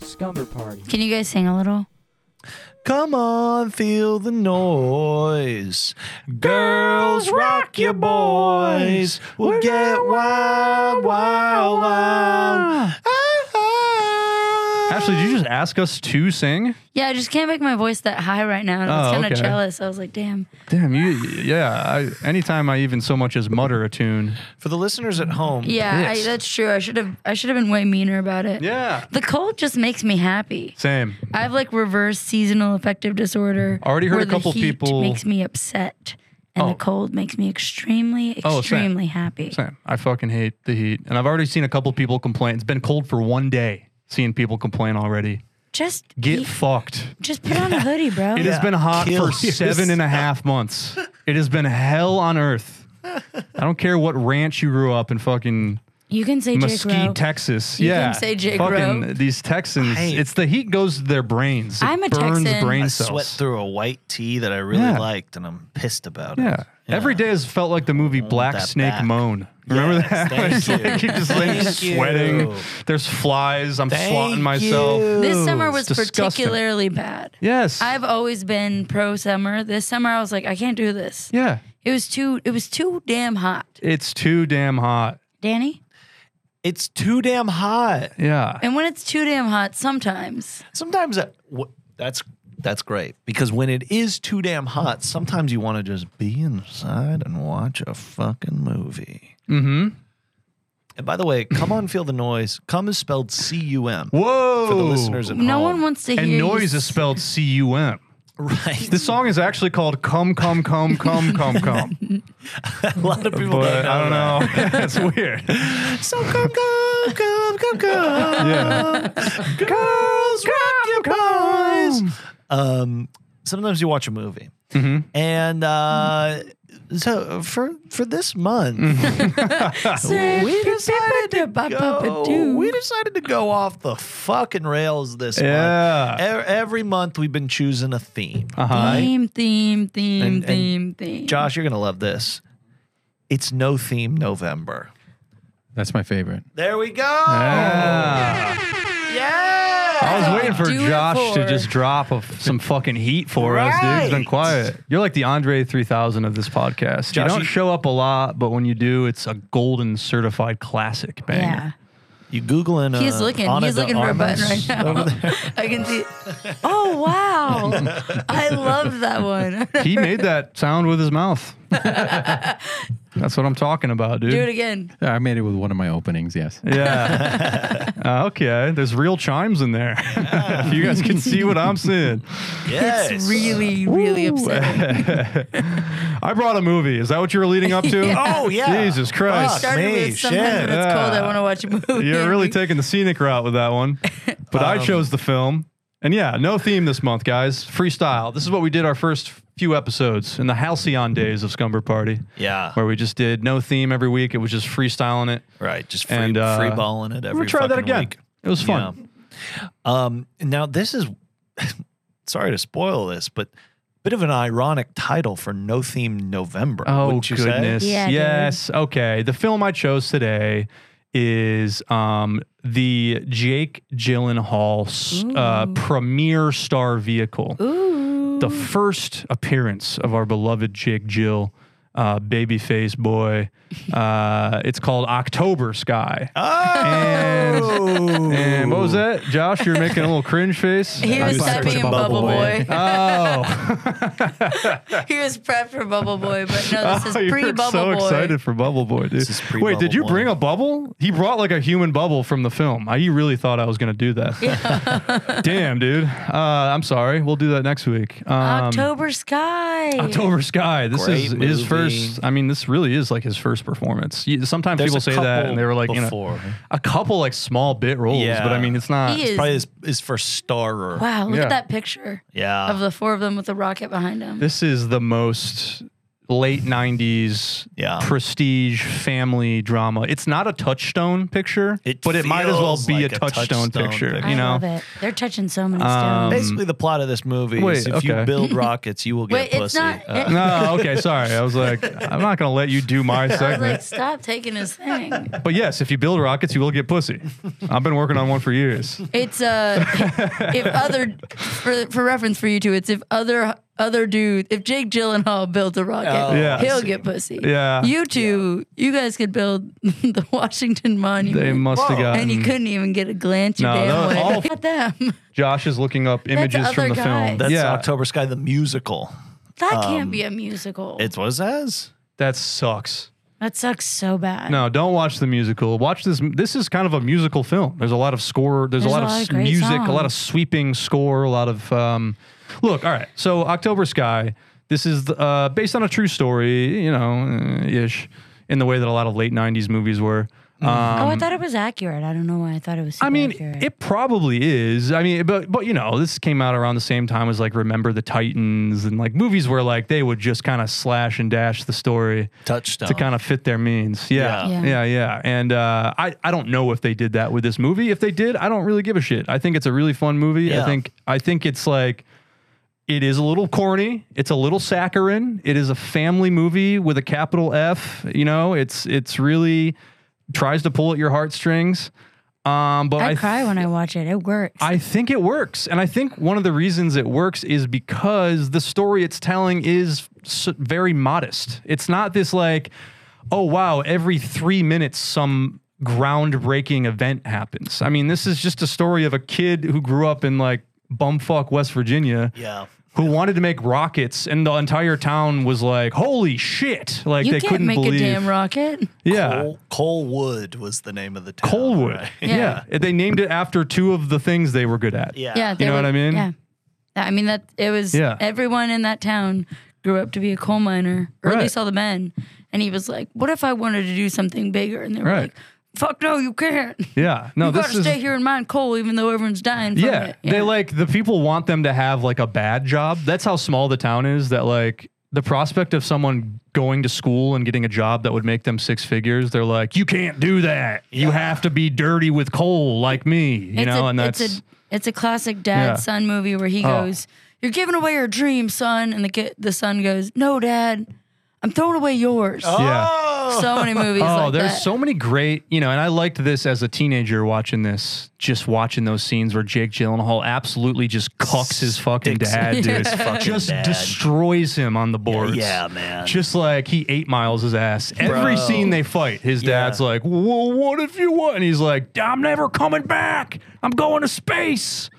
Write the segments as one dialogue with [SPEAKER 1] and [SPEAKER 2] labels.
[SPEAKER 1] Scumber party.
[SPEAKER 2] Can you guys sing a little?
[SPEAKER 3] Come on, feel the noise. Girls, rock your boys. We'll get wild, wild, wild.
[SPEAKER 4] Ashley, did you just ask us to sing?
[SPEAKER 2] Yeah, I just can't make my voice that high right now. And I was
[SPEAKER 4] Oh,
[SPEAKER 2] kind of
[SPEAKER 4] okay.
[SPEAKER 2] jealous. I was like, damn.
[SPEAKER 4] Damn you! Yeah, I, anytime I even so much as mutter a tune.
[SPEAKER 3] For the listeners at home,
[SPEAKER 2] Yeah, I,
[SPEAKER 4] Pissed.
[SPEAKER 2] that's true. I should have. I should have been way meaner about it.
[SPEAKER 4] Yeah.
[SPEAKER 2] The cold just makes me happy.
[SPEAKER 4] Same.
[SPEAKER 2] I have like reverse seasonal affective disorder.
[SPEAKER 4] Already heard
[SPEAKER 2] where
[SPEAKER 4] a couple
[SPEAKER 2] the heat
[SPEAKER 4] people-
[SPEAKER 2] makes me upset, and
[SPEAKER 4] Oh.
[SPEAKER 2] the cold makes me extremely,
[SPEAKER 4] Oh, same.
[SPEAKER 2] extremely happy.
[SPEAKER 4] Same. I fucking hate the heat, and I've already seen a couple people complain. It's been cold for one day. Seeing people complain already.
[SPEAKER 2] Just
[SPEAKER 4] Get
[SPEAKER 2] eat-
[SPEAKER 4] fucked.
[SPEAKER 2] just put on a hoodie, bro.
[SPEAKER 4] It has been hot for
[SPEAKER 3] kill
[SPEAKER 4] seven and a half months. It has been hell on earth. I don't care what ranch you grew up in fucking
[SPEAKER 2] You can say Jake Rowe.
[SPEAKER 4] Mesquite, Texas.
[SPEAKER 2] You
[SPEAKER 4] yeah.
[SPEAKER 2] can say Jake
[SPEAKER 4] fucking
[SPEAKER 2] Rowe.
[SPEAKER 4] these Texans.
[SPEAKER 3] I-
[SPEAKER 4] it's the heat goes to their brains. It
[SPEAKER 2] I'm a
[SPEAKER 4] burns
[SPEAKER 2] Texan.
[SPEAKER 4] brain
[SPEAKER 3] I
[SPEAKER 4] cells.
[SPEAKER 3] sweat through a white tea that I really
[SPEAKER 4] Yeah.
[SPEAKER 3] liked, and I'm pissed about it.
[SPEAKER 4] Yeah. Every day has felt like the movie Black
[SPEAKER 3] that
[SPEAKER 4] Snake
[SPEAKER 3] back.
[SPEAKER 4] Moan. Remember
[SPEAKER 3] Yes,
[SPEAKER 4] that?
[SPEAKER 3] thank
[SPEAKER 4] It's
[SPEAKER 3] you.
[SPEAKER 4] like you're just laying
[SPEAKER 3] Thank you.
[SPEAKER 4] sweating. There's flies. I'm swatting myself.
[SPEAKER 3] you.
[SPEAKER 2] This summer was
[SPEAKER 4] disgusting.
[SPEAKER 2] particularly bad.
[SPEAKER 4] Yes.
[SPEAKER 2] I've always been pro summer. This summer I was like, I can't do this.
[SPEAKER 4] yeah.
[SPEAKER 2] It was too it was too damn hot.
[SPEAKER 4] It's too damn hot.
[SPEAKER 2] Danny?
[SPEAKER 3] It's too damn hot.
[SPEAKER 4] Yeah.
[SPEAKER 2] And when it's too damn hot, sometimes
[SPEAKER 3] Sometimes that, wh- that's that's great because when it is too damn hot, sometimes you want to just be inside and watch a fucking movie.
[SPEAKER 4] Mm-hmm.
[SPEAKER 3] And by the way, come on, feel the noise. Come is spelled C U M
[SPEAKER 4] Whoa.
[SPEAKER 3] for the listeners at
[SPEAKER 2] no
[SPEAKER 3] home.
[SPEAKER 2] one wants to hear
[SPEAKER 4] and
[SPEAKER 2] you
[SPEAKER 4] noise
[SPEAKER 2] s-
[SPEAKER 4] is spelled C U M.
[SPEAKER 3] right.
[SPEAKER 4] This song is actually called "Come, Come, Come, Come, Come, Come,"
[SPEAKER 3] a lot of people.
[SPEAKER 4] but I don't know. That's weird.
[SPEAKER 3] that. So come, come, come, come, come.
[SPEAKER 4] Yeah.
[SPEAKER 3] Girls, rock your boys. Um, sometimes you watch a movie,
[SPEAKER 4] Mm-hmm.
[SPEAKER 3] and uh, so for for this month, we decided to go. We decided to go off the fucking rails this
[SPEAKER 4] Yeah. Uh-huh.
[SPEAKER 3] month. E- Every month we've been choosing a theme.
[SPEAKER 2] Theme, theme, theme,
[SPEAKER 3] And- and
[SPEAKER 2] theme, theme.
[SPEAKER 3] Josh, you're gonna love this. It's no theme November.
[SPEAKER 5] That's my favorite.
[SPEAKER 3] There we go.
[SPEAKER 4] Yeah.
[SPEAKER 3] Yeah.
[SPEAKER 4] I was
[SPEAKER 2] all.
[SPEAKER 4] waiting for
[SPEAKER 2] Do it
[SPEAKER 4] Josh to
[SPEAKER 2] for-
[SPEAKER 4] just drop a f some fucking heat for us, dude. He's been
[SPEAKER 3] Right.
[SPEAKER 4] quiet. You're like the Andre 3000 of this podcast. you
[SPEAKER 3] Josh,
[SPEAKER 4] don't
[SPEAKER 3] you-
[SPEAKER 4] show up a lot, but when you do, it's a golden certified classic
[SPEAKER 2] yeah.
[SPEAKER 4] banger.
[SPEAKER 3] You googling? Uh,
[SPEAKER 2] He's looking.
[SPEAKER 3] Ana
[SPEAKER 2] He's
[SPEAKER 3] de
[SPEAKER 2] looking for a button
[SPEAKER 3] Armas
[SPEAKER 2] right now. I can see. Oh wow! I love that one.
[SPEAKER 4] He made that sound with his mouth. That's what I'm talking about, dude.
[SPEAKER 2] Do it again.
[SPEAKER 5] I made it with one of my openings, yes.
[SPEAKER 4] Yeah. Uh, okay. There's real chimes in there. if you guys can see what I'm seeing.
[SPEAKER 3] Yes.
[SPEAKER 2] It's really, really upsetting.
[SPEAKER 4] I brought a movie. Is that what you were leading up to?
[SPEAKER 3] Oh yeah.
[SPEAKER 4] Jesus Christ.
[SPEAKER 3] Fuck
[SPEAKER 2] Started
[SPEAKER 3] me.
[SPEAKER 2] with sometimes
[SPEAKER 3] Shit.
[SPEAKER 2] when it's cold, I want to watch a movie.
[SPEAKER 4] You're really taking the scenic route with that one. But
[SPEAKER 3] Um,
[SPEAKER 4] I chose the film. And yeah, no theme this month, guys. Freestyle. This is what we did our first few episodes in the halcyon days of Scumber Party,
[SPEAKER 3] Yeah.
[SPEAKER 4] where we just did no theme every week. It was just freestyling it.
[SPEAKER 3] Right. Just free,
[SPEAKER 4] And, uh,
[SPEAKER 3] free balling it every.
[SPEAKER 4] I'm gonna try that
[SPEAKER 3] fucking
[SPEAKER 4] again.
[SPEAKER 3] Week.
[SPEAKER 4] It was fun.
[SPEAKER 3] Yeah. Um. Now this is. sorry to spoil this, but bit of an ironic title for No Theme November.
[SPEAKER 4] Oh
[SPEAKER 3] wouldn't you say?
[SPEAKER 4] goodness.
[SPEAKER 2] Yeah, dude.
[SPEAKER 4] yes. Okay. The film I chose today is um the Jake Gyllenhaal s- uh, premier star vehicle.
[SPEAKER 2] Ooh.
[SPEAKER 4] the first appearance of our beloved Jake Jill, uh, babyface boy. Uh, it's called October Sky.
[SPEAKER 3] Oh.
[SPEAKER 4] And what was that, Josh? You're making a little cringe face.
[SPEAKER 2] He was
[SPEAKER 5] I'm sorry.
[SPEAKER 2] typing in Bubble
[SPEAKER 5] Bubble
[SPEAKER 2] Boy.
[SPEAKER 5] Boy.
[SPEAKER 4] Oh,
[SPEAKER 2] he was prepped for Bubble Boy, but no, this is
[SPEAKER 4] you
[SPEAKER 2] pre
[SPEAKER 4] were
[SPEAKER 2] Bubble
[SPEAKER 4] so
[SPEAKER 2] Boy.
[SPEAKER 4] excited for Bubble Boy, dude.
[SPEAKER 3] is
[SPEAKER 4] Wait, did
[SPEAKER 3] pre-Bubble
[SPEAKER 4] you
[SPEAKER 3] Boy.
[SPEAKER 4] bring a bubble? He brought like a human bubble from the film. I, he really thought I was gonna do that. Damn, dude. Uh, I'm sorry. We'll do that next week. Um,
[SPEAKER 2] October Sky.
[SPEAKER 4] October Sky. This
[SPEAKER 3] Great
[SPEAKER 4] is his
[SPEAKER 3] movie.
[SPEAKER 4] first. I mean, this really is like his first performance. You, sometimes
[SPEAKER 3] There's
[SPEAKER 4] people
[SPEAKER 3] a
[SPEAKER 4] say that,
[SPEAKER 3] couple
[SPEAKER 4] and they were like, you
[SPEAKER 3] before.
[SPEAKER 4] know, a couple like small bit roles,
[SPEAKER 3] Yeah.
[SPEAKER 4] but I mean, it's not.
[SPEAKER 2] He is.
[SPEAKER 3] Probably his, his first starer.
[SPEAKER 2] Wow, look
[SPEAKER 4] Yeah.
[SPEAKER 2] at that picture
[SPEAKER 3] Yeah.
[SPEAKER 2] of the four of them with the rocket behind them.
[SPEAKER 4] This is the most late 90s
[SPEAKER 3] Yeah.
[SPEAKER 4] prestige family drama. It's not a touchstone picture,
[SPEAKER 3] It
[SPEAKER 4] but it might as well
[SPEAKER 3] feels like
[SPEAKER 4] be a,
[SPEAKER 3] a
[SPEAKER 4] touchstone,
[SPEAKER 3] touchstone
[SPEAKER 4] picture,
[SPEAKER 3] picture.
[SPEAKER 2] I
[SPEAKER 4] you know.
[SPEAKER 2] love it. They're touching so many
[SPEAKER 4] Um,
[SPEAKER 2] stones.
[SPEAKER 3] Basically, the plot of this movie
[SPEAKER 4] wait,
[SPEAKER 3] is if you
[SPEAKER 4] okay.
[SPEAKER 3] build rockets, you will get
[SPEAKER 2] Wait,
[SPEAKER 3] pussy.
[SPEAKER 2] it's not.
[SPEAKER 3] Uh,
[SPEAKER 2] it-
[SPEAKER 4] No, okay, sorry. I was like I'm not going to let you do my
[SPEAKER 2] I was
[SPEAKER 4] segment.
[SPEAKER 2] like, stop taking his thing.
[SPEAKER 4] But yes, if you build rockets, you will get pussy. I've been working on one for years.
[SPEAKER 2] It's uh, if other for for reference for you two, it's if other other dude, if Jake Gyllenhaal built a rocket,
[SPEAKER 3] Oh,
[SPEAKER 4] Yeah. I
[SPEAKER 2] he'll
[SPEAKER 3] see.
[SPEAKER 2] get pussy.
[SPEAKER 4] Yeah.
[SPEAKER 2] you two, you guys could build the Washington Monument.
[SPEAKER 4] They must have
[SPEAKER 3] Whoa.
[SPEAKER 4] gotten.
[SPEAKER 2] and you couldn't even get a glance. You
[SPEAKER 4] No,
[SPEAKER 2] damn
[SPEAKER 4] that was
[SPEAKER 2] way.
[SPEAKER 4] all-
[SPEAKER 2] Look at them.
[SPEAKER 4] Josh is looking up images
[SPEAKER 2] other
[SPEAKER 4] from the
[SPEAKER 2] guys.
[SPEAKER 4] film.
[SPEAKER 3] That's
[SPEAKER 4] yeah,
[SPEAKER 3] October Sky, the musical.
[SPEAKER 2] That
[SPEAKER 3] Um,
[SPEAKER 2] can't be a musical.
[SPEAKER 3] It's what it says.
[SPEAKER 4] that sucks.
[SPEAKER 2] that sucks so bad.
[SPEAKER 4] No, don't watch the musical. Watch this. This is kind of a musical film. There's a lot of score. There's, a lot, of, s-
[SPEAKER 2] great
[SPEAKER 4] music. A lot of
[SPEAKER 2] songs.
[SPEAKER 4] sweeping score. A lot of um, look. All right. So October Sky. This is uh, based on a true story. You know, uh, ish, in the way that a lot of late '90s movies were. Um,
[SPEAKER 2] Oh, I thought it was accurate. I don't know why I thought it was. Super
[SPEAKER 4] I mean,
[SPEAKER 2] accurate.
[SPEAKER 4] it probably is. I mean, but but you know, this came out around the same time as like Remember the Titans and like movies where like they would just kind of slash and dash the story
[SPEAKER 3] Touchstone.
[SPEAKER 4] to kind of fit their means. Yeah.
[SPEAKER 2] Yeah.
[SPEAKER 4] Yeah,
[SPEAKER 2] Yeah.
[SPEAKER 4] yeah. And uh, I, I don't know if they did that with this movie. If they did, I don't really give a shit. I think it's a really fun movie.
[SPEAKER 3] Yeah.
[SPEAKER 4] I think I think it's like it is a little corny. It's a little saccharine. It is a family movie with a capital F. You know, it's it's really tries to pull at your heartstrings. Um, but
[SPEAKER 2] I,
[SPEAKER 4] I
[SPEAKER 2] cry when I watch it. It works.
[SPEAKER 4] I think it works. And I think one of the reasons it works is because the story it's telling is s- very modest. It's not this like, oh, wow, every three minutes some groundbreaking event happens. I mean, this is just a story of a kid who grew up in like bumfuck West Virginia.
[SPEAKER 3] yeah.
[SPEAKER 4] Who wanted to make rockets, and the entire town was like, "Holy shit!" Like
[SPEAKER 2] you
[SPEAKER 4] they
[SPEAKER 2] can't
[SPEAKER 4] couldn't
[SPEAKER 2] make
[SPEAKER 4] believe.
[SPEAKER 2] a damn rocket.
[SPEAKER 4] yeah,
[SPEAKER 3] Cole, Colewood was the name of the town.
[SPEAKER 4] Colewood.
[SPEAKER 3] right?
[SPEAKER 2] Yeah.
[SPEAKER 4] Yeah. they named it after two of the things they were good at.
[SPEAKER 3] Yeah.
[SPEAKER 2] Yeah, they
[SPEAKER 4] know what I mean?
[SPEAKER 2] Yeah, I mean that it was.
[SPEAKER 4] Yeah.
[SPEAKER 2] everyone in that town grew up to be a coal miner, or at
[SPEAKER 4] Right.
[SPEAKER 2] least all the men. And he was like, "What if I wanted to do something bigger?" And they were
[SPEAKER 4] Right.
[SPEAKER 2] like, "Fuck no, you can't.
[SPEAKER 4] Yeah, no,
[SPEAKER 2] you
[SPEAKER 4] this
[SPEAKER 2] gotta
[SPEAKER 4] is
[SPEAKER 2] stay here and mine coal, even though everyone's dying." From
[SPEAKER 4] yeah,
[SPEAKER 2] it.
[SPEAKER 4] they like the people want them to have like a bad job. That's how small the town is. That like the prospect of someone going to school and getting a job that would make them six figures, they're like, you can't do that. You have to be dirty with coal like me, you
[SPEAKER 2] It's
[SPEAKER 4] know.
[SPEAKER 2] a,
[SPEAKER 4] and that's
[SPEAKER 2] it's a it's a classic dad
[SPEAKER 4] Yeah.
[SPEAKER 2] son movie where he
[SPEAKER 4] Oh.
[SPEAKER 2] goes, "You're giving away your dream, son," and the kid, the son goes, "No, dad, I'm throwing away yours."
[SPEAKER 4] yeah.
[SPEAKER 3] Oh.
[SPEAKER 2] So many movies.
[SPEAKER 4] Oh,
[SPEAKER 2] like
[SPEAKER 4] there's
[SPEAKER 2] that.
[SPEAKER 4] so many great, you know, and I liked this as a teenager watching this, just watching those scenes where Jake Gyllenhaal absolutely just cucks his fucking
[SPEAKER 3] Sticks
[SPEAKER 4] dad,
[SPEAKER 3] it to
[SPEAKER 4] dude.
[SPEAKER 3] his fucking
[SPEAKER 4] just
[SPEAKER 3] dad.
[SPEAKER 4] destroys him on the boards.
[SPEAKER 3] Yeah, man.
[SPEAKER 4] Just like he eight miles his ass. Every
[SPEAKER 3] Bro.
[SPEAKER 4] scene they fight, his
[SPEAKER 3] Yeah.
[SPEAKER 4] dad's like, Well, what if you what? And he's like, I'm never coming back. I'm going to space.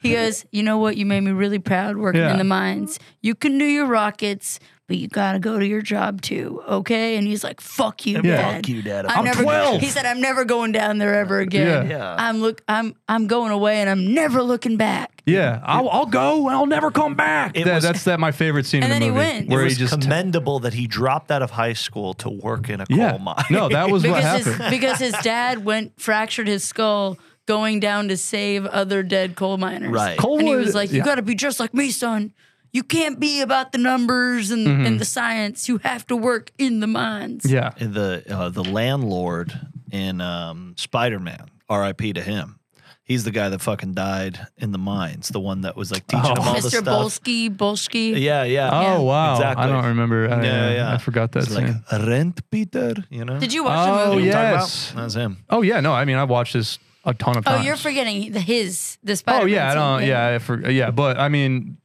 [SPEAKER 2] He goes, You know what? You made me really proud working
[SPEAKER 4] Yeah.
[SPEAKER 2] in the mines. You can do your rockets, but you got to go to your job too, okay? And he's like, Fuck you,
[SPEAKER 4] Yeah.
[SPEAKER 2] Dad.
[SPEAKER 3] Fuck you, Dad.
[SPEAKER 2] I'm,
[SPEAKER 3] I'm
[SPEAKER 2] never,
[SPEAKER 4] 12.
[SPEAKER 2] He said, "I'm never going down there ever again.
[SPEAKER 4] Yeah.
[SPEAKER 3] Yeah.
[SPEAKER 2] I'm look. I'm I'm going away, and I'm never looking back."
[SPEAKER 4] Yeah, I'll, I'll go and I'll never come back.
[SPEAKER 3] It
[SPEAKER 4] That-
[SPEAKER 3] was-
[SPEAKER 4] that's that my favorite scene
[SPEAKER 2] And
[SPEAKER 4] in the
[SPEAKER 2] then he
[SPEAKER 4] movie.
[SPEAKER 2] wins.
[SPEAKER 4] Where
[SPEAKER 3] it
[SPEAKER 4] he
[SPEAKER 3] was oh
[SPEAKER 4] just
[SPEAKER 3] commendable that he dropped out of high school to work in a
[SPEAKER 4] yeah.
[SPEAKER 3] coal mine.
[SPEAKER 4] No, that was what
[SPEAKER 2] Because
[SPEAKER 4] happened.
[SPEAKER 2] his, because his dad went fractured his skull going down to save other dead coal miners.
[SPEAKER 3] Right.
[SPEAKER 2] and he
[SPEAKER 4] Coalwood-
[SPEAKER 2] was like, "You
[SPEAKER 4] yeah.
[SPEAKER 2] got to be just like me, son." You can't be about the numbers and, and the science. You have to work in the mines.
[SPEAKER 4] Mm-hmm. Yeah.
[SPEAKER 3] the uh, the landlord in um, Spider Man. R.I.P. to him. He's the guy that fucking died in the mines. The one that was like teaching him all the
[SPEAKER 2] Mr.
[SPEAKER 3] stuff.
[SPEAKER 2] Bolsky, Bolsky.
[SPEAKER 3] Yeah, yeah.
[SPEAKER 4] Oh wow!
[SPEAKER 3] Exactly.
[SPEAKER 4] I don't remember.
[SPEAKER 3] Yeah,
[SPEAKER 4] I, yeah,
[SPEAKER 3] yeah.
[SPEAKER 4] I forgot that
[SPEAKER 3] It's like
[SPEAKER 4] scene.
[SPEAKER 3] rent, Peter. You know.
[SPEAKER 2] Did you watch the
[SPEAKER 4] Oh,
[SPEAKER 2] movie?
[SPEAKER 3] You know what I'm talking about?
[SPEAKER 4] Yes.
[SPEAKER 3] That's him.
[SPEAKER 4] oh yeah, no. I mean, I watched this a ton of
[SPEAKER 2] Oh,
[SPEAKER 4] times.
[SPEAKER 2] you're forgetting the, his the Spider.
[SPEAKER 4] Oh yeah, I don't. Yeah, I for, yeah. But I mean,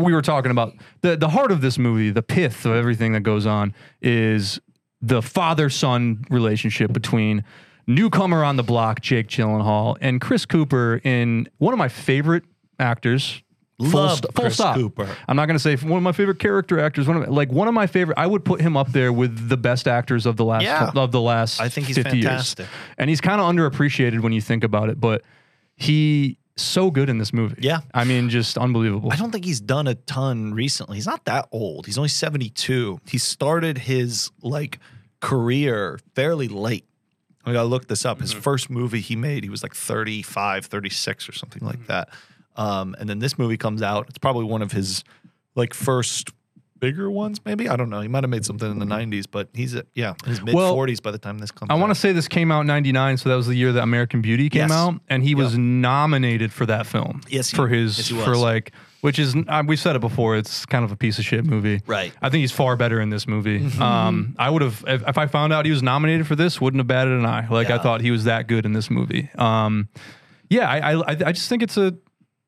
[SPEAKER 4] we were talking about the the heart of this movie, the pith of everything that goes on is the father son relationship between newcomer on the block Jake Gyllenhaal and Chris Cooper in one of my favorite actors. Full,
[SPEAKER 3] Loved
[SPEAKER 4] st- full
[SPEAKER 3] Chris
[SPEAKER 4] stop.
[SPEAKER 3] Cooper.
[SPEAKER 4] I'm not going to say one of my favorite character actors. One of like one of my favorite. I would put him up there with the best actors of the last
[SPEAKER 3] Yeah.
[SPEAKER 4] of the last.
[SPEAKER 3] I think he's
[SPEAKER 4] 50
[SPEAKER 3] fantastic.
[SPEAKER 4] Years. And he's kind of underappreciated when you think about it, but he so good in this movie.
[SPEAKER 3] Yeah.
[SPEAKER 4] I mean, just unbelievable.
[SPEAKER 3] I don't think he's done a ton recently. He's not that old. He's only 72. He started his like career fairly late. I gotta look this up. His
[SPEAKER 4] Mm-hmm.
[SPEAKER 3] first movie he made, he was like 35, 36 or something
[SPEAKER 4] Mm-hmm.
[SPEAKER 3] like that. Um, and then this movie comes out. It's probably one of his like first bigger ones, maybe. I don't know. He might have made something in the 90s, but he's, uh, yeah, in his mid 40s by the time this comes
[SPEAKER 4] Mm-hmm. I want to
[SPEAKER 3] out.
[SPEAKER 4] say this came out in 99, so that was the year that American Beauty came
[SPEAKER 3] Yes.
[SPEAKER 4] out, and he was nominated for that film.
[SPEAKER 3] Yes, he-
[SPEAKER 4] for his,
[SPEAKER 3] yes, he
[SPEAKER 4] for
[SPEAKER 3] was.
[SPEAKER 4] like, which is, uh, we've said it before, it's kind of a piece of shit movie.
[SPEAKER 3] Right. Mm-hmm.
[SPEAKER 4] I think he's far better in this movie. um, I would have, if, if I found out he was nominated for this, wouldn't have batted an eye. Like, I
[SPEAKER 3] Yeah.
[SPEAKER 4] thought he was that good in this movie. Um, yeah, I, I, I- I just think it's a,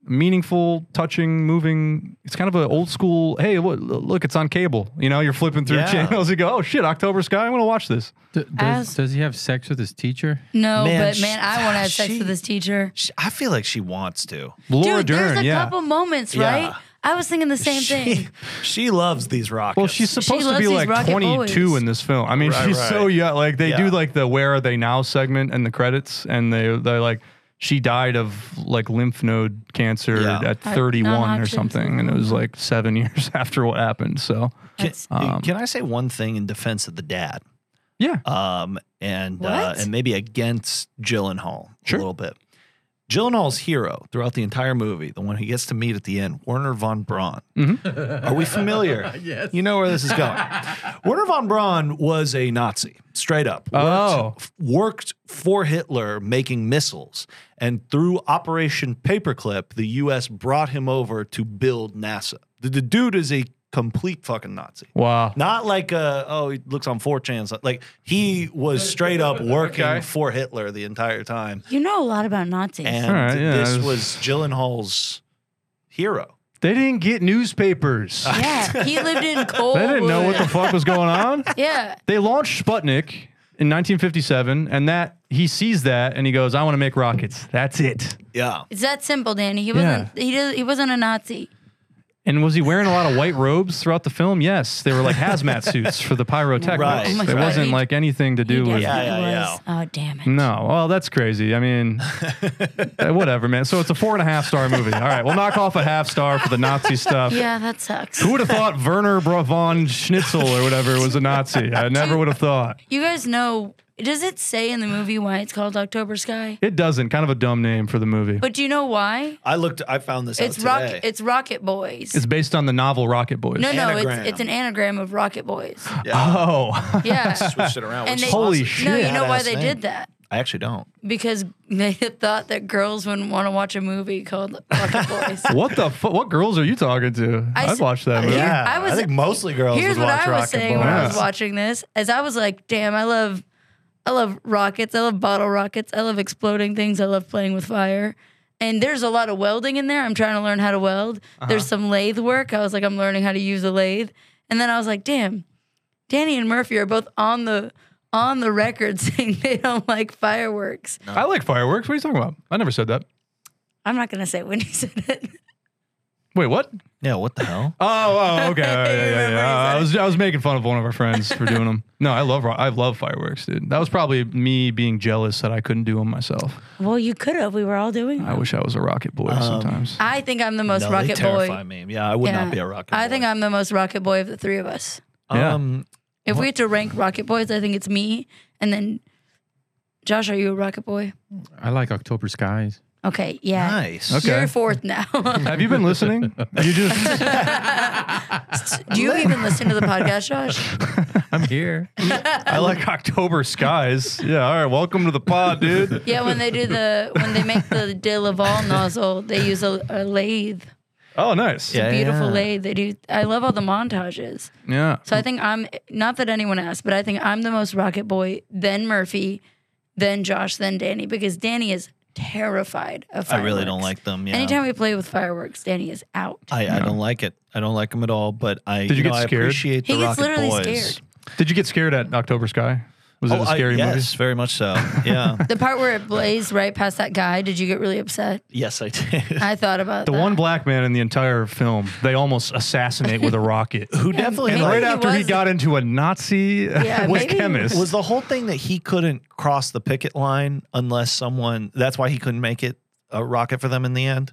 [SPEAKER 4] Meaningful, touching, moving. It's kind of an old school. Hey, what, look, it's on cable. You know, you're flipping through
[SPEAKER 3] Yeah.
[SPEAKER 4] channels. You go, oh shit, October Sky. I'm gonna watch this.
[SPEAKER 5] D- does,
[SPEAKER 2] As-
[SPEAKER 5] does he have sex with his teacher?
[SPEAKER 2] No,
[SPEAKER 3] Man,
[SPEAKER 2] but man, I want to have sex
[SPEAKER 3] she-
[SPEAKER 2] with this teacher.
[SPEAKER 3] She- I feel like she wants to.
[SPEAKER 4] Laura
[SPEAKER 2] Dude,
[SPEAKER 4] Dern.
[SPEAKER 2] there's a
[SPEAKER 4] yeah.
[SPEAKER 2] couple moments,
[SPEAKER 3] Yeah.
[SPEAKER 2] right? I was thinking the same
[SPEAKER 3] she,
[SPEAKER 2] thing.
[SPEAKER 3] She loves these rockets.
[SPEAKER 4] Well, she's
[SPEAKER 2] She
[SPEAKER 4] supposed to
[SPEAKER 2] loves
[SPEAKER 4] be
[SPEAKER 2] these
[SPEAKER 4] like
[SPEAKER 2] Rocket
[SPEAKER 4] 22
[SPEAKER 2] Boys.
[SPEAKER 4] in this film. I mean,
[SPEAKER 3] Right,
[SPEAKER 4] she's
[SPEAKER 3] right.
[SPEAKER 4] so young. Like they do
[SPEAKER 3] Yeah.
[SPEAKER 4] like the "Where Are They Now" segment and the credits, and they they like she died of like lymph node cancer
[SPEAKER 3] Yeah.
[SPEAKER 4] at
[SPEAKER 2] Uh,
[SPEAKER 4] 31 or
[SPEAKER 2] non-Hodgkin's
[SPEAKER 4] something, and it was like seven years after what happened. So
[SPEAKER 3] Can,
[SPEAKER 2] That's-
[SPEAKER 4] um,
[SPEAKER 3] can I say one thing in defense of the dad?
[SPEAKER 4] yeah,
[SPEAKER 3] um, and uh,
[SPEAKER 2] What?
[SPEAKER 3] and maybe against Gyllenhaal
[SPEAKER 4] Sure.
[SPEAKER 3] a little bit. Gyllenhaal's hero throughout the entire movie, the one he gets to meet at the end, Werner von Braun.
[SPEAKER 4] Mm-hmm.
[SPEAKER 3] Are we familiar? yes. You know where this is going. Werner von Braun was a Nazi, straight up.
[SPEAKER 4] Oh.
[SPEAKER 3] Worked, worked for Hitler making missiles. And through Operation Paperclip, the US brought him over to build NASA. The, the dude is a complete fucking Nazi.
[SPEAKER 4] wow.
[SPEAKER 3] Not like uh oh he looks on 4chan. so- Like he was straight up working
[SPEAKER 4] Okay.
[SPEAKER 3] for Hitler the entire time.
[SPEAKER 2] You know a lot about Nazis.
[SPEAKER 3] And
[SPEAKER 4] All right, yeah,
[SPEAKER 3] this
[SPEAKER 4] it was-
[SPEAKER 3] was Gyllenhaal's hero.
[SPEAKER 4] They didn't get newspapers.
[SPEAKER 2] yeah, he lived in cold.
[SPEAKER 4] They didn't know what the fuck was going on.
[SPEAKER 2] Yeah,
[SPEAKER 4] They launched Sputnik in 1957, and that he sees that and he goes, "I want to make rockets." That's it.
[SPEAKER 3] Yeah.
[SPEAKER 2] it's that simple, Danny. He wasn't. He did, He wasn't a Nazi.
[SPEAKER 4] And was he wearing a lot of white robes throughout the film? Yes, they were like hazmat suits for the pyrotechnics.
[SPEAKER 3] Right. Oh my
[SPEAKER 4] it
[SPEAKER 2] God.
[SPEAKER 4] wasn't like anything to do
[SPEAKER 2] he
[SPEAKER 4] with.
[SPEAKER 2] definitely
[SPEAKER 3] Yeah, yeah,
[SPEAKER 2] was. Oh damn it.
[SPEAKER 4] No, well, that's crazy. I mean, eh, whatever, man. So it's a four and a half star movie. All right, we'll knock off a half star for the Nazi stuff.
[SPEAKER 2] Yeah, that sucks.
[SPEAKER 4] Who would have thought Werner Bra- von Schnitzel or whatever was a Nazi? I never would have thought.
[SPEAKER 2] You guys know? Does it say in the movie why it's called October Sky?
[SPEAKER 4] It doesn't. Kind of a dumb name for the movie.
[SPEAKER 2] But do you know why?
[SPEAKER 3] I looked I found this
[SPEAKER 2] It's
[SPEAKER 3] out
[SPEAKER 2] rock.
[SPEAKER 3] today.
[SPEAKER 2] It's Rocket Boys.
[SPEAKER 4] It's based on the novel Rocket Boys.
[SPEAKER 2] no, no,
[SPEAKER 3] Anagram.
[SPEAKER 2] it's it's an anagram of Rocket Boys.
[SPEAKER 4] Oh,
[SPEAKER 2] Yeah,
[SPEAKER 3] Switched it around.
[SPEAKER 2] and
[SPEAKER 3] which
[SPEAKER 2] they,
[SPEAKER 3] is
[SPEAKER 4] Holy
[SPEAKER 3] awesome.
[SPEAKER 4] shit.
[SPEAKER 2] No, you know why
[SPEAKER 3] Badass
[SPEAKER 2] they
[SPEAKER 3] name.
[SPEAKER 2] did that?
[SPEAKER 3] I actually don't.
[SPEAKER 2] Because they thought that girls wouldn't want to watch a movie called Rocket Boys.
[SPEAKER 4] what the fu- What girls are you talking to?
[SPEAKER 2] I
[SPEAKER 4] I'd
[SPEAKER 2] s-
[SPEAKER 4] watch that movie.
[SPEAKER 2] Yeah, I was-
[SPEAKER 3] think mostly girls
[SPEAKER 2] Here's
[SPEAKER 3] would
[SPEAKER 2] what
[SPEAKER 3] watch
[SPEAKER 2] I was
[SPEAKER 3] Rocket
[SPEAKER 2] saying when I was
[SPEAKER 4] Yes.
[SPEAKER 2] watching this, as I was like, "Damn, I love, I love rockets. I love bottle rockets. I love exploding things. I love playing with fire." And there's a lot of welding in there. I'm trying to learn how to weld.
[SPEAKER 3] Uh-huh.
[SPEAKER 2] There's some lathe work. I was like, I'm learning how to use a lathe. And then I was like, "Damn, Danny and Murphy are both on the on the record saying they don't like fireworks."
[SPEAKER 4] I like fireworks. What are you talking about? I never said that.
[SPEAKER 2] I'm not gonna say when you said it.
[SPEAKER 4] Wait, what?
[SPEAKER 3] Yeah, what the hell?
[SPEAKER 4] Oh, oh, okay. Yeah, yeah, yeah,
[SPEAKER 2] Remember he
[SPEAKER 4] yeah.
[SPEAKER 2] said
[SPEAKER 4] I was I was making fun of one of our friends for doing them. No, I love ro- I love fireworks, dude. That was probably me being jealous that I couldn't do them myself.
[SPEAKER 2] Well, you could have. We were all doing.
[SPEAKER 4] I
[SPEAKER 2] it.
[SPEAKER 4] wish I was a rocket boy sometimes.
[SPEAKER 2] I think I'm the most
[SPEAKER 3] no, they
[SPEAKER 2] rocket
[SPEAKER 3] terrify
[SPEAKER 2] boy.
[SPEAKER 3] me. Yeah, I would not be a rocket
[SPEAKER 2] I think I'm the most rocket boy of the three of us.
[SPEAKER 4] Yeah.
[SPEAKER 3] um
[SPEAKER 2] If we had to rank Rocket Boys, I think it's me. And then, Josh, are you a Rocket Boy?
[SPEAKER 5] I like October skies.
[SPEAKER 2] Okay, yeah.
[SPEAKER 3] nice.
[SPEAKER 4] Okay.
[SPEAKER 2] You're fourth now.
[SPEAKER 4] Have you been listening? You just
[SPEAKER 2] Do you even listen to the podcast, Josh?
[SPEAKER 5] I'm here.
[SPEAKER 4] I like October skies. Yeah, all right. Welcome to the pod, dude.
[SPEAKER 2] Yeah, when they do the when they make the De Laval nozzle, they use a, a lathe,
[SPEAKER 4] Oh, nice.
[SPEAKER 3] Yeah,
[SPEAKER 2] beautiful
[SPEAKER 3] yeah.
[SPEAKER 2] lathe. They do. I love all the montages.
[SPEAKER 4] Yeah.
[SPEAKER 2] So I think I'm not that anyone asked, but I think I'm the most Rocket Boy, then Murphy, then Josh, then Danny, because Danny is terrified of
[SPEAKER 3] I
[SPEAKER 2] fireworks.
[SPEAKER 3] really don't like them. Yeah.
[SPEAKER 2] Anytime we play with fireworks, Danny is out.
[SPEAKER 3] I, I don't like it. I don't like them at all. But I
[SPEAKER 4] Did you
[SPEAKER 3] know,
[SPEAKER 4] get
[SPEAKER 3] I
[SPEAKER 4] scared?
[SPEAKER 3] appreciate the
[SPEAKER 2] He gets
[SPEAKER 3] Rocket
[SPEAKER 2] literally
[SPEAKER 3] Boys.
[SPEAKER 2] scared.
[SPEAKER 4] Did you get scared at October Sky? Was
[SPEAKER 2] Oh,
[SPEAKER 4] it a
[SPEAKER 3] Oh, I-
[SPEAKER 4] scary
[SPEAKER 3] yes, very much so. Yeah.
[SPEAKER 2] The part where it blazed right past that guy, did you get really upset?
[SPEAKER 3] yes, I did.
[SPEAKER 2] I thought about
[SPEAKER 4] movie? The
[SPEAKER 2] that.
[SPEAKER 4] one black man in the entire film, they almost assassinate with a rocket.
[SPEAKER 3] Who definitely
[SPEAKER 2] maybe
[SPEAKER 4] And right
[SPEAKER 2] he
[SPEAKER 3] like,
[SPEAKER 4] after he
[SPEAKER 2] was-
[SPEAKER 4] got into a Nazi
[SPEAKER 2] Yeah,
[SPEAKER 4] with
[SPEAKER 2] maybe-
[SPEAKER 4] chemist.
[SPEAKER 3] was the whole thing that he couldn't cross the picket line unless someone. That's why he couldn't make it a rocket for them in the end.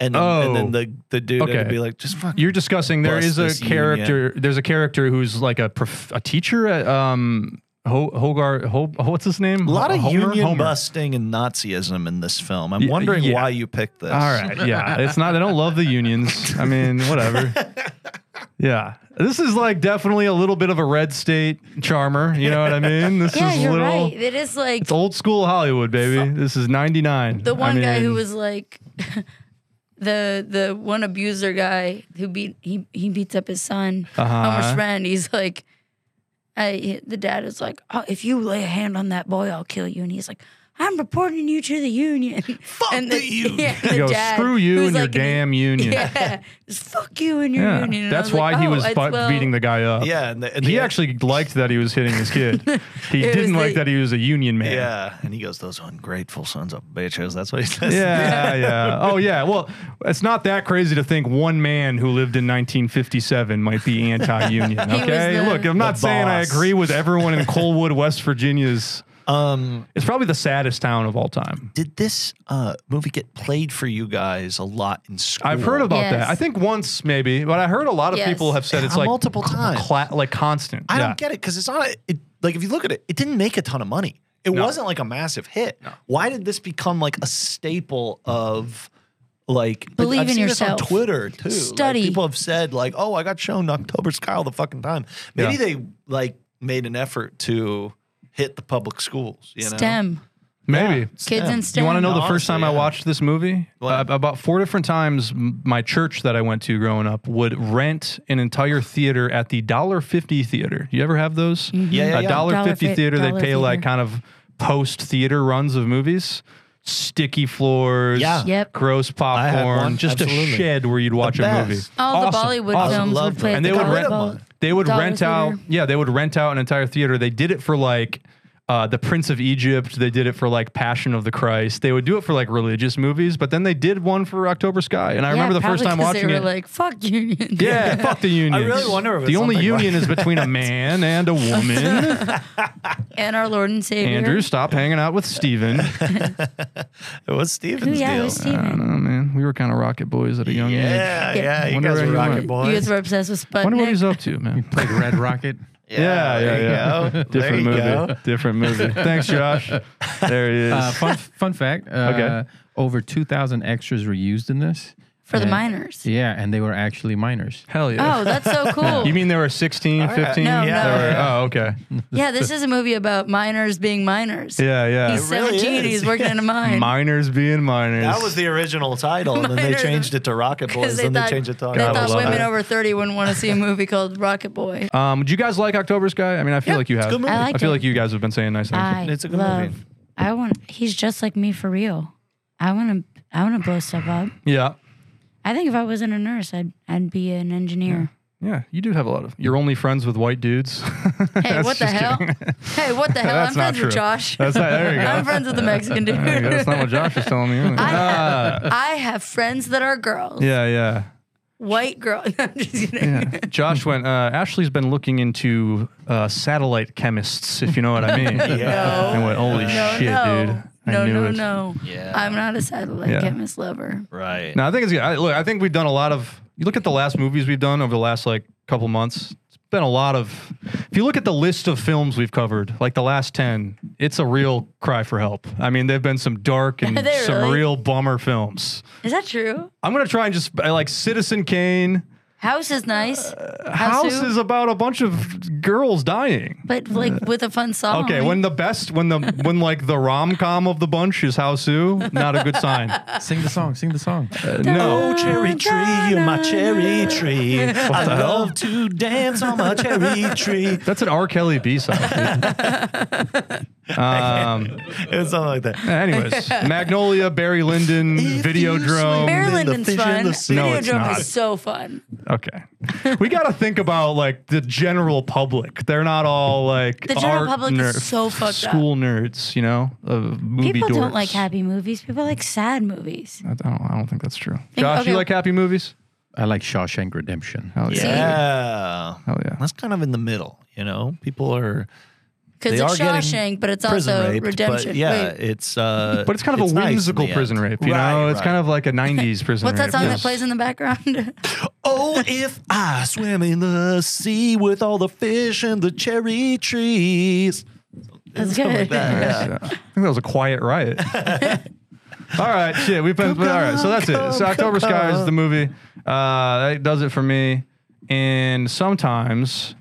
[SPEAKER 3] And then, and
[SPEAKER 4] Oh.
[SPEAKER 3] then the the dude had
[SPEAKER 4] Okay.
[SPEAKER 3] to be like, just fuck.
[SPEAKER 4] You're discussing there
[SPEAKER 3] Bust
[SPEAKER 4] is a
[SPEAKER 3] this
[SPEAKER 4] character. There's a character who's like a prof, a teacher at um Ho, Hogar. Ho, what's his name?
[SPEAKER 3] a lot of union
[SPEAKER 4] Homer.
[SPEAKER 3] busting and Nazism in this film. I'm
[SPEAKER 4] Y-
[SPEAKER 3] wondering
[SPEAKER 4] yeah.
[SPEAKER 3] why you picked this.
[SPEAKER 4] All right, yeah, it's not. I don't love the unions. I mean, whatever. Yeah, This is like definitely a little bit of a red state charmer. You know what I mean? This
[SPEAKER 2] yeah,
[SPEAKER 4] is
[SPEAKER 2] you're
[SPEAKER 4] little.
[SPEAKER 2] right. It is like
[SPEAKER 4] It's old school Hollywood, baby. This is '99.
[SPEAKER 2] the one guy who was like the the one abuser guy who beat he he beats up his son.
[SPEAKER 4] Uh-huh.
[SPEAKER 2] Elmer Friend. He's like, I, the dad is like, oh, if you lay a hand on that boy, I'll kill you. And he's like, I'm reporting you to the union. Fuck and
[SPEAKER 3] the union.
[SPEAKER 2] Yeah, the
[SPEAKER 4] Yo,
[SPEAKER 2] dad,
[SPEAKER 4] screw you
[SPEAKER 2] who's
[SPEAKER 4] and your
[SPEAKER 2] like an-
[SPEAKER 4] damn union.
[SPEAKER 2] Yeah, just fuck you and your
[SPEAKER 4] Yeah.
[SPEAKER 2] union. And I
[SPEAKER 4] That's
[SPEAKER 2] was like,
[SPEAKER 4] why he
[SPEAKER 2] oh,
[SPEAKER 4] was
[SPEAKER 2] it's
[SPEAKER 4] butt
[SPEAKER 2] well-
[SPEAKER 4] beating the guy up.
[SPEAKER 3] Yeah, and, the, and
[SPEAKER 4] He
[SPEAKER 3] the-
[SPEAKER 4] actually liked that he was hitting his kid. He
[SPEAKER 2] It
[SPEAKER 4] didn't
[SPEAKER 2] was
[SPEAKER 4] like
[SPEAKER 2] the-
[SPEAKER 4] that he was a union man.
[SPEAKER 3] Yeah, and he goes, "Those ungrateful sons of bitches." That's what he says.
[SPEAKER 4] Yeah, yeah. Oh, yeah. Well, it's not that crazy to think one man who lived in 1957 might be anti-union.
[SPEAKER 2] was
[SPEAKER 4] Okay,
[SPEAKER 2] the-
[SPEAKER 4] look, I'm not
[SPEAKER 3] The
[SPEAKER 4] saying I
[SPEAKER 3] boss.
[SPEAKER 4] agree with everyone in Colwood, West Virginia's.
[SPEAKER 3] Um,
[SPEAKER 4] It's probably the saddest town of all time.
[SPEAKER 3] did this uh, movie get played for you guys a lot in school?
[SPEAKER 4] I've heard about
[SPEAKER 2] Yes.
[SPEAKER 4] that. I think once maybe, but I heard a lot of
[SPEAKER 2] Yes.
[SPEAKER 4] people have said it's
[SPEAKER 3] Yeah,
[SPEAKER 4] like
[SPEAKER 3] Uh, multiple times.
[SPEAKER 4] cla- like constant.
[SPEAKER 3] I
[SPEAKER 4] Yeah.
[SPEAKER 3] don't get it because it's not. a- It like if you look at it, it didn't make a ton of money. It
[SPEAKER 4] No.
[SPEAKER 3] wasn't like a massive hit. Why did this become like a staple of like like,
[SPEAKER 2] Believe
[SPEAKER 3] I've
[SPEAKER 2] in
[SPEAKER 3] seen
[SPEAKER 2] yourself.
[SPEAKER 3] This on Twitter too. Like,
[SPEAKER 2] Study.
[SPEAKER 3] people have said like, "Oh, I got shown October Sky all the fucking time." Maybe
[SPEAKER 4] Yeah.
[SPEAKER 3] they like made an effort to hit the public schools. You know?
[SPEAKER 2] STEM
[SPEAKER 4] Maybe.
[SPEAKER 2] kids
[SPEAKER 3] STEM.
[SPEAKER 2] in STEM.
[SPEAKER 4] You want to know the first
[SPEAKER 3] Honestly,
[SPEAKER 4] time I
[SPEAKER 3] yeah.
[SPEAKER 4] watched this movie? Uh, about four different times, m- my church that I went to growing up would rent an entire theater at the dollar fifty theater. You ever have those?
[SPEAKER 3] Yeah, yeah,
[SPEAKER 4] a
[SPEAKER 3] yeah.
[SPEAKER 4] dollar fifty
[SPEAKER 2] Mm-hmm. Dollar fi-
[SPEAKER 4] theater. They'd
[SPEAKER 2] dollar
[SPEAKER 4] pay like
[SPEAKER 2] theater.
[SPEAKER 4] kind of post theater runs of movies. Sticky floors,
[SPEAKER 3] Yeah.
[SPEAKER 2] Yep.
[SPEAKER 4] gross
[SPEAKER 3] had
[SPEAKER 4] popcorn,
[SPEAKER 3] one,
[SPEAKER 4] just
[SPEAKER 3] absolutely.
[SPEAKER 4] a shed where you'd watch
[SPEAKER 3] The
[SPEAKER 4] a movie.
[SPEAKER 3] best.
[SPEAKER 2] All
[SPEAKER 4] Awesome,
[SPEAKER 2] the Bollywood
[SPEAKER 4] awesome.
[SPEAKER 2] films
[SPEAKER 3] Love
[SPEAKER 2] would play
[SPEAKER 3] that.
[SPEAKER 2] at
[SPEAKER 4] And
[SPEAKER 2] the
[SPEAKER 4] they would
[SPEAKER 2] dollar
[SPEAKER 4] rent-
[SPEAKER 2] bowl.
[SPEAKER 4] They would
[SPEAKER 2] Dollar
[SPEAKER 4] rent
[SPEAKER 2] theater.
[SPEAKER 4] out, yeah, they would rent out an entire theater. They did it for like uh, the Prince of Egypt. They did it for like Passion of the Christ. They would do it for like religious movies, but then they did one for October Sky. And I remember the
[SPEAKER 2] Yeah,
[SPEAKER 4] first
[SPEAKER 2] probably
[SPEAKER 4] time
[SPEAKER 2] 'cause
[SPEAKER 4] watching
[SPEAKER 2] they were
[SPEAKER 4] it.
[SPEAKER 2] like, fuck union.
[SPEAKER 4] yeah, fuck the union.
[SPEAKER 3] really wonder if
[SPEAKER 4] the
[SPEAKER 3] it's
[SPEAKER 4] only
[SPEAKER 3] something like
[SPEAKER 4] union is between a man and a woman.
[SPEAKER 2] And our Lord and Savior.
[SPEAKER 4] Andrew, stop hanging out with Steven.
[SPEAKER 3] It was Steven's
[SPEAKER 2] Yeah, it
[SPEAKER 3] deal.
[SPEAKER 2] was Steven.
[SPEAKER 4] Oh man, we were kind of rocket boys at a young age.
[SPEAKER 2] Yeah.
[SPEAKER 3] yeah, yeah, you
[SPEAKER 4] Wonder
[SPEAKER 3] guys
[SPEAKER 4] where
[SPEAKER 3] were
[SPEAKER 4] he
[SPEAKER 3] rocket
[SPEAKER 4] went.
[SPEAKER 2] You
[SPEAKER 3] boys.
[SPEAKER 2] guys were obsessed with Sputnik.
[SPEAKER 4] Wonder what he's up to, man.
[SPEAKER 5] Played Red Rocket.
[SPEAKER 4] Yeah, yeah,
[SPEAKER 3] there you go.
[SPEAKER 4] yeah. Different
[SPEAKER 3] There you
[SPEAKER 4] movie.
[SPEAKER 3] go.
[SPEAKER 4] Different movie. Thanks, Josh. There he is.
[SPEAKER 5] Uh, fun, fun fact. Uh,
[SPEAKER 4] Okay.
[SPEAKER 5] Over 2,000 extras were used in this.
[SPEAKER 2] for the
[SPEAKER 5] And-
[SPEAKER 2] minors.
[SPEAKER 5] Yeah, and they were actually minors.
[SPEAKER 4] Hell yeah.
[SPEAKER 2] Oh, that's so cool.
[SPEAKER 4] You mean there were 16, 15?
[SPEAKER 2] Oh, No,
[SPEAKER 4] There
[SPEAKER 2] no.
[SPEAKER 4] were- oh, okay.
[SPEAKER 2] yeah, this is a movie about miners being miners.
[SPEAKER 4] Yeah, yeah.
[SPEAKER 2] He's
[SPEAKER 3] It really
[SPEAKER 2] 17 and
[SPEAKER 3] is.
[SPEAKER 2] he's working in a mine.
[SPEAKER 4] miners being miners.
[SPEAKER 3] That was the original title, and then they
[SPEAKER 2] Miners-
[SPEAKER 3] changed it to Rocket Boys,
[SPEAKER 2] Because they
[SPEAKER 3] then they
[SPEAKER 2] thought,
[SPEAKER 3] changed it to
[SPEAKER 2] they thought
[SPEAKER 4] love
[SPEAKER 2] women
[SPEAKER 4] that.
[SPEAKER 2] over 30 wouldn't want to see a movie called Rocket Boy.
[SPEAKER 4] um, do you guys like October Sky? I mean, I feel like you have.
[SPEAKER 3] a good movie.
[SPEAKER 2] I liked
[SPEAKER 4] feel
[SPEAKER 2] it.
[SPEAKER 4] like you guys have been saying nice things.
[SPEAKER 2] I
[SPEAKER 3] It's a good
[SPEAKER 2] love,
[SPEAKER 3] movie.
[SPEAKER 2] I want, he's just like me for real. I want to, I want to blow stuff up.
[SPEAKER 4] yeah.
[SPEAKER 2] I think if I wasn't a nurse, I'd, I'd be an engineer.
[SPEAKER 4] Yeah, you do have a lot of. You're only friends with white dudes.
[SPEAKER 2] Hey, what the hell? Hey, what the hell? I'm
[SPEAKER 4] That's not
[SPEAKER 2] friends with
[SPEAKER 4] true.
[SPEAKER 2] Josh.
[SPEAKER 4] That's not, there you
[SPEAKER 2] I'm
[SPEAKER 4] go.
[SPEAKER 2] friends with the Mexican dude.
[SPEAKER 4] There you go. That's not what Josh was telling me. earlier.
[SPEAKER 2] I
[SPEAKER 4] Ah,
[SPEAKER 2] have, I have friends that are girls.
[SPEAKER 4] yeah, yeah.
[SPEAKER 2] White girl. I'm just kidding.
[SPEAKER 4] Yeah. Josh went. Uh, Ashley's been looking into uh, satellite chemists, if you know what I mean.
[SPEAKER 3] Yeah.
[SPEAKER 4] And went, holy
[SPEAKER 2] No,
[SPEAKER 4] shit,
[SPEAKER 2] no.
[SPEAKER 4] dude! I
[SPEAKER 2] no,
[SPEAKER 4] knew
[SPEAKER 2] no,
[SPEAKER 4] it.
[SPEAKER 2] no.
[SPEAKER 3] Yeah.
[SPEAKER 2] I'm not a satellite
[SPEAKER 4] Yeah.
[SPEAKER 2] chemist lover.
[SPEAKER 3] Right.
[SPEAKER 4] No, I think it's good. I, look, I think we've done a lot of. You look at the last movies we've done over the last like couple months. It's been a lot of. If you look at the list of films we've covered, like the last ten, it's a real cry for help. I mean, there've been some dark and
[SPEAKER 2] They
[SPEAKER 4] some
[SPEAKER 2] really?
[SPEAKER 4] real bummer films.
[SPEAKER 2] Is that true?
[SPEAKER 4] I'm gonna try and just I like Citizen Kane.
[SPEAKER 2] House is nice.
[SPEAKER 4] Uh, House
[SPEAKER 2] House
[SPEAKER 4] is about a bunch of girls dying.
[SPEAKER 2] but like with a fun song.
[SPEAKER 4] Okay, when the best, when the when like the rom com of the bunch is House Sue, not a good sign.
[SPEAKER 2] Ah.
[SPEAKER 5] Sing the song. Sing the song.
[SPEAKER 4] No,
[SPEAKER 3] Oh, cherry tree, you're my cherry tree. I love to dance on my cherry tree.
[SPEAKER 4] that's an R. Kelly B side. dude. um,
[SPEAKER 3] It was something like that.
[SPEAKER 4] Anyways, Magnolia, Barry Lyndon, Videodrome.
[SPEAKER 2] Bear
[SPEAKER 3] the
[SPEAKER 2] Lyndon's
[SPEAKER 3] fish in
[SPEAKER 2] fun.
[SPEAKER 3] the sea.
[SPEAKER 4] No, it's
[SPEAKER 2] Videodrome
[SPEAKER 4] not.
[SPEAKER 2] is so fun.
[SPEAKER 4] Okay. We got to think about like the general public. They're not all like
[SPEAKER 2] The general
[SPEAKER 4] art
[SPEAKER 2] public is
[SPEAKER 4] nerds,
[SPEAKER 2] so fucked up.
[SPEAKER 4] School nerds, you know, uh, movie
[SPEAKER 2] People
[SPEAKER 4] dorks.
[SPEAKER 2] don't like happy movies. People like sad movies.
[SPEAKER 4] I don't, I don't think that's true.
[SPEAKER 2] Think-
[SPEAKER 4] Josh, you
[SPEAKER 2] okay.
[SPEAKER 4] like happy movies?
[SPEAKER 5] I like Shawshank Redemption.
[SPEAKER 4] Hell yeah.
[SPEAKER 2] See?
[SPEAKER 3] Yeah.
[SPEAKER 4] Hell yeah.
[SPEAKER 3] That's kind of in the middle, you know? People are
[SPEAKER 2] Because
[SPEAKER 3] They
[SPEAKER 2] it's
[SPEAKER 3] are getting
[SPEAKER 2] Shawshank, but it's
[SPEAKER 3] prison
[SPEAKER 2] also
[SPEAKER 3] raped,
[SPEAKER 2] redemption.
[SPEAKER 3] but yeah,
[SPEAKER 2] Wait,
[SPEAKER 3] it's uh
[SPEAKER 4] But it's kind of a
[SPEAKER 3] nice in
[SPEAKER 4] whimsical
[SPEAKER 3] the
[SPEAKER 4] prison
[SPEAKER 3] end.
[SPEAKER 4] rape, you
[SPEAKER 3] Right,
[SPEAKER 4] know? It's
[SPEAKER 3] right.
[SPEAKER 4] kind of like a 90s prison
[SPEAKER 2] what's that
[SPEAKER 4] rape.
[SPEAKER 2] song
[SPEAKER 4] Yes.
[SPEAKER 2] that plays in the background?
[SPEAKER 3] Oh, if I swim in the sea with all the fish and the cherry trees.
[SPEAKER 2] That's
[SPEAKER 3] Something like
[SPEAKER 2] good.
[SPEAKER 3] that, yeah.
[SPEAKER 4] Yeah. I think that was a quiet riot. all right, shit. We've been all right. So that's it. So
[SPEAKER 3] come,
[SPEAKER 4] October Sky
[SPEAKER 3] come.
[SPEAKER 4] is the movie. Uh, that does it for me. And sometimes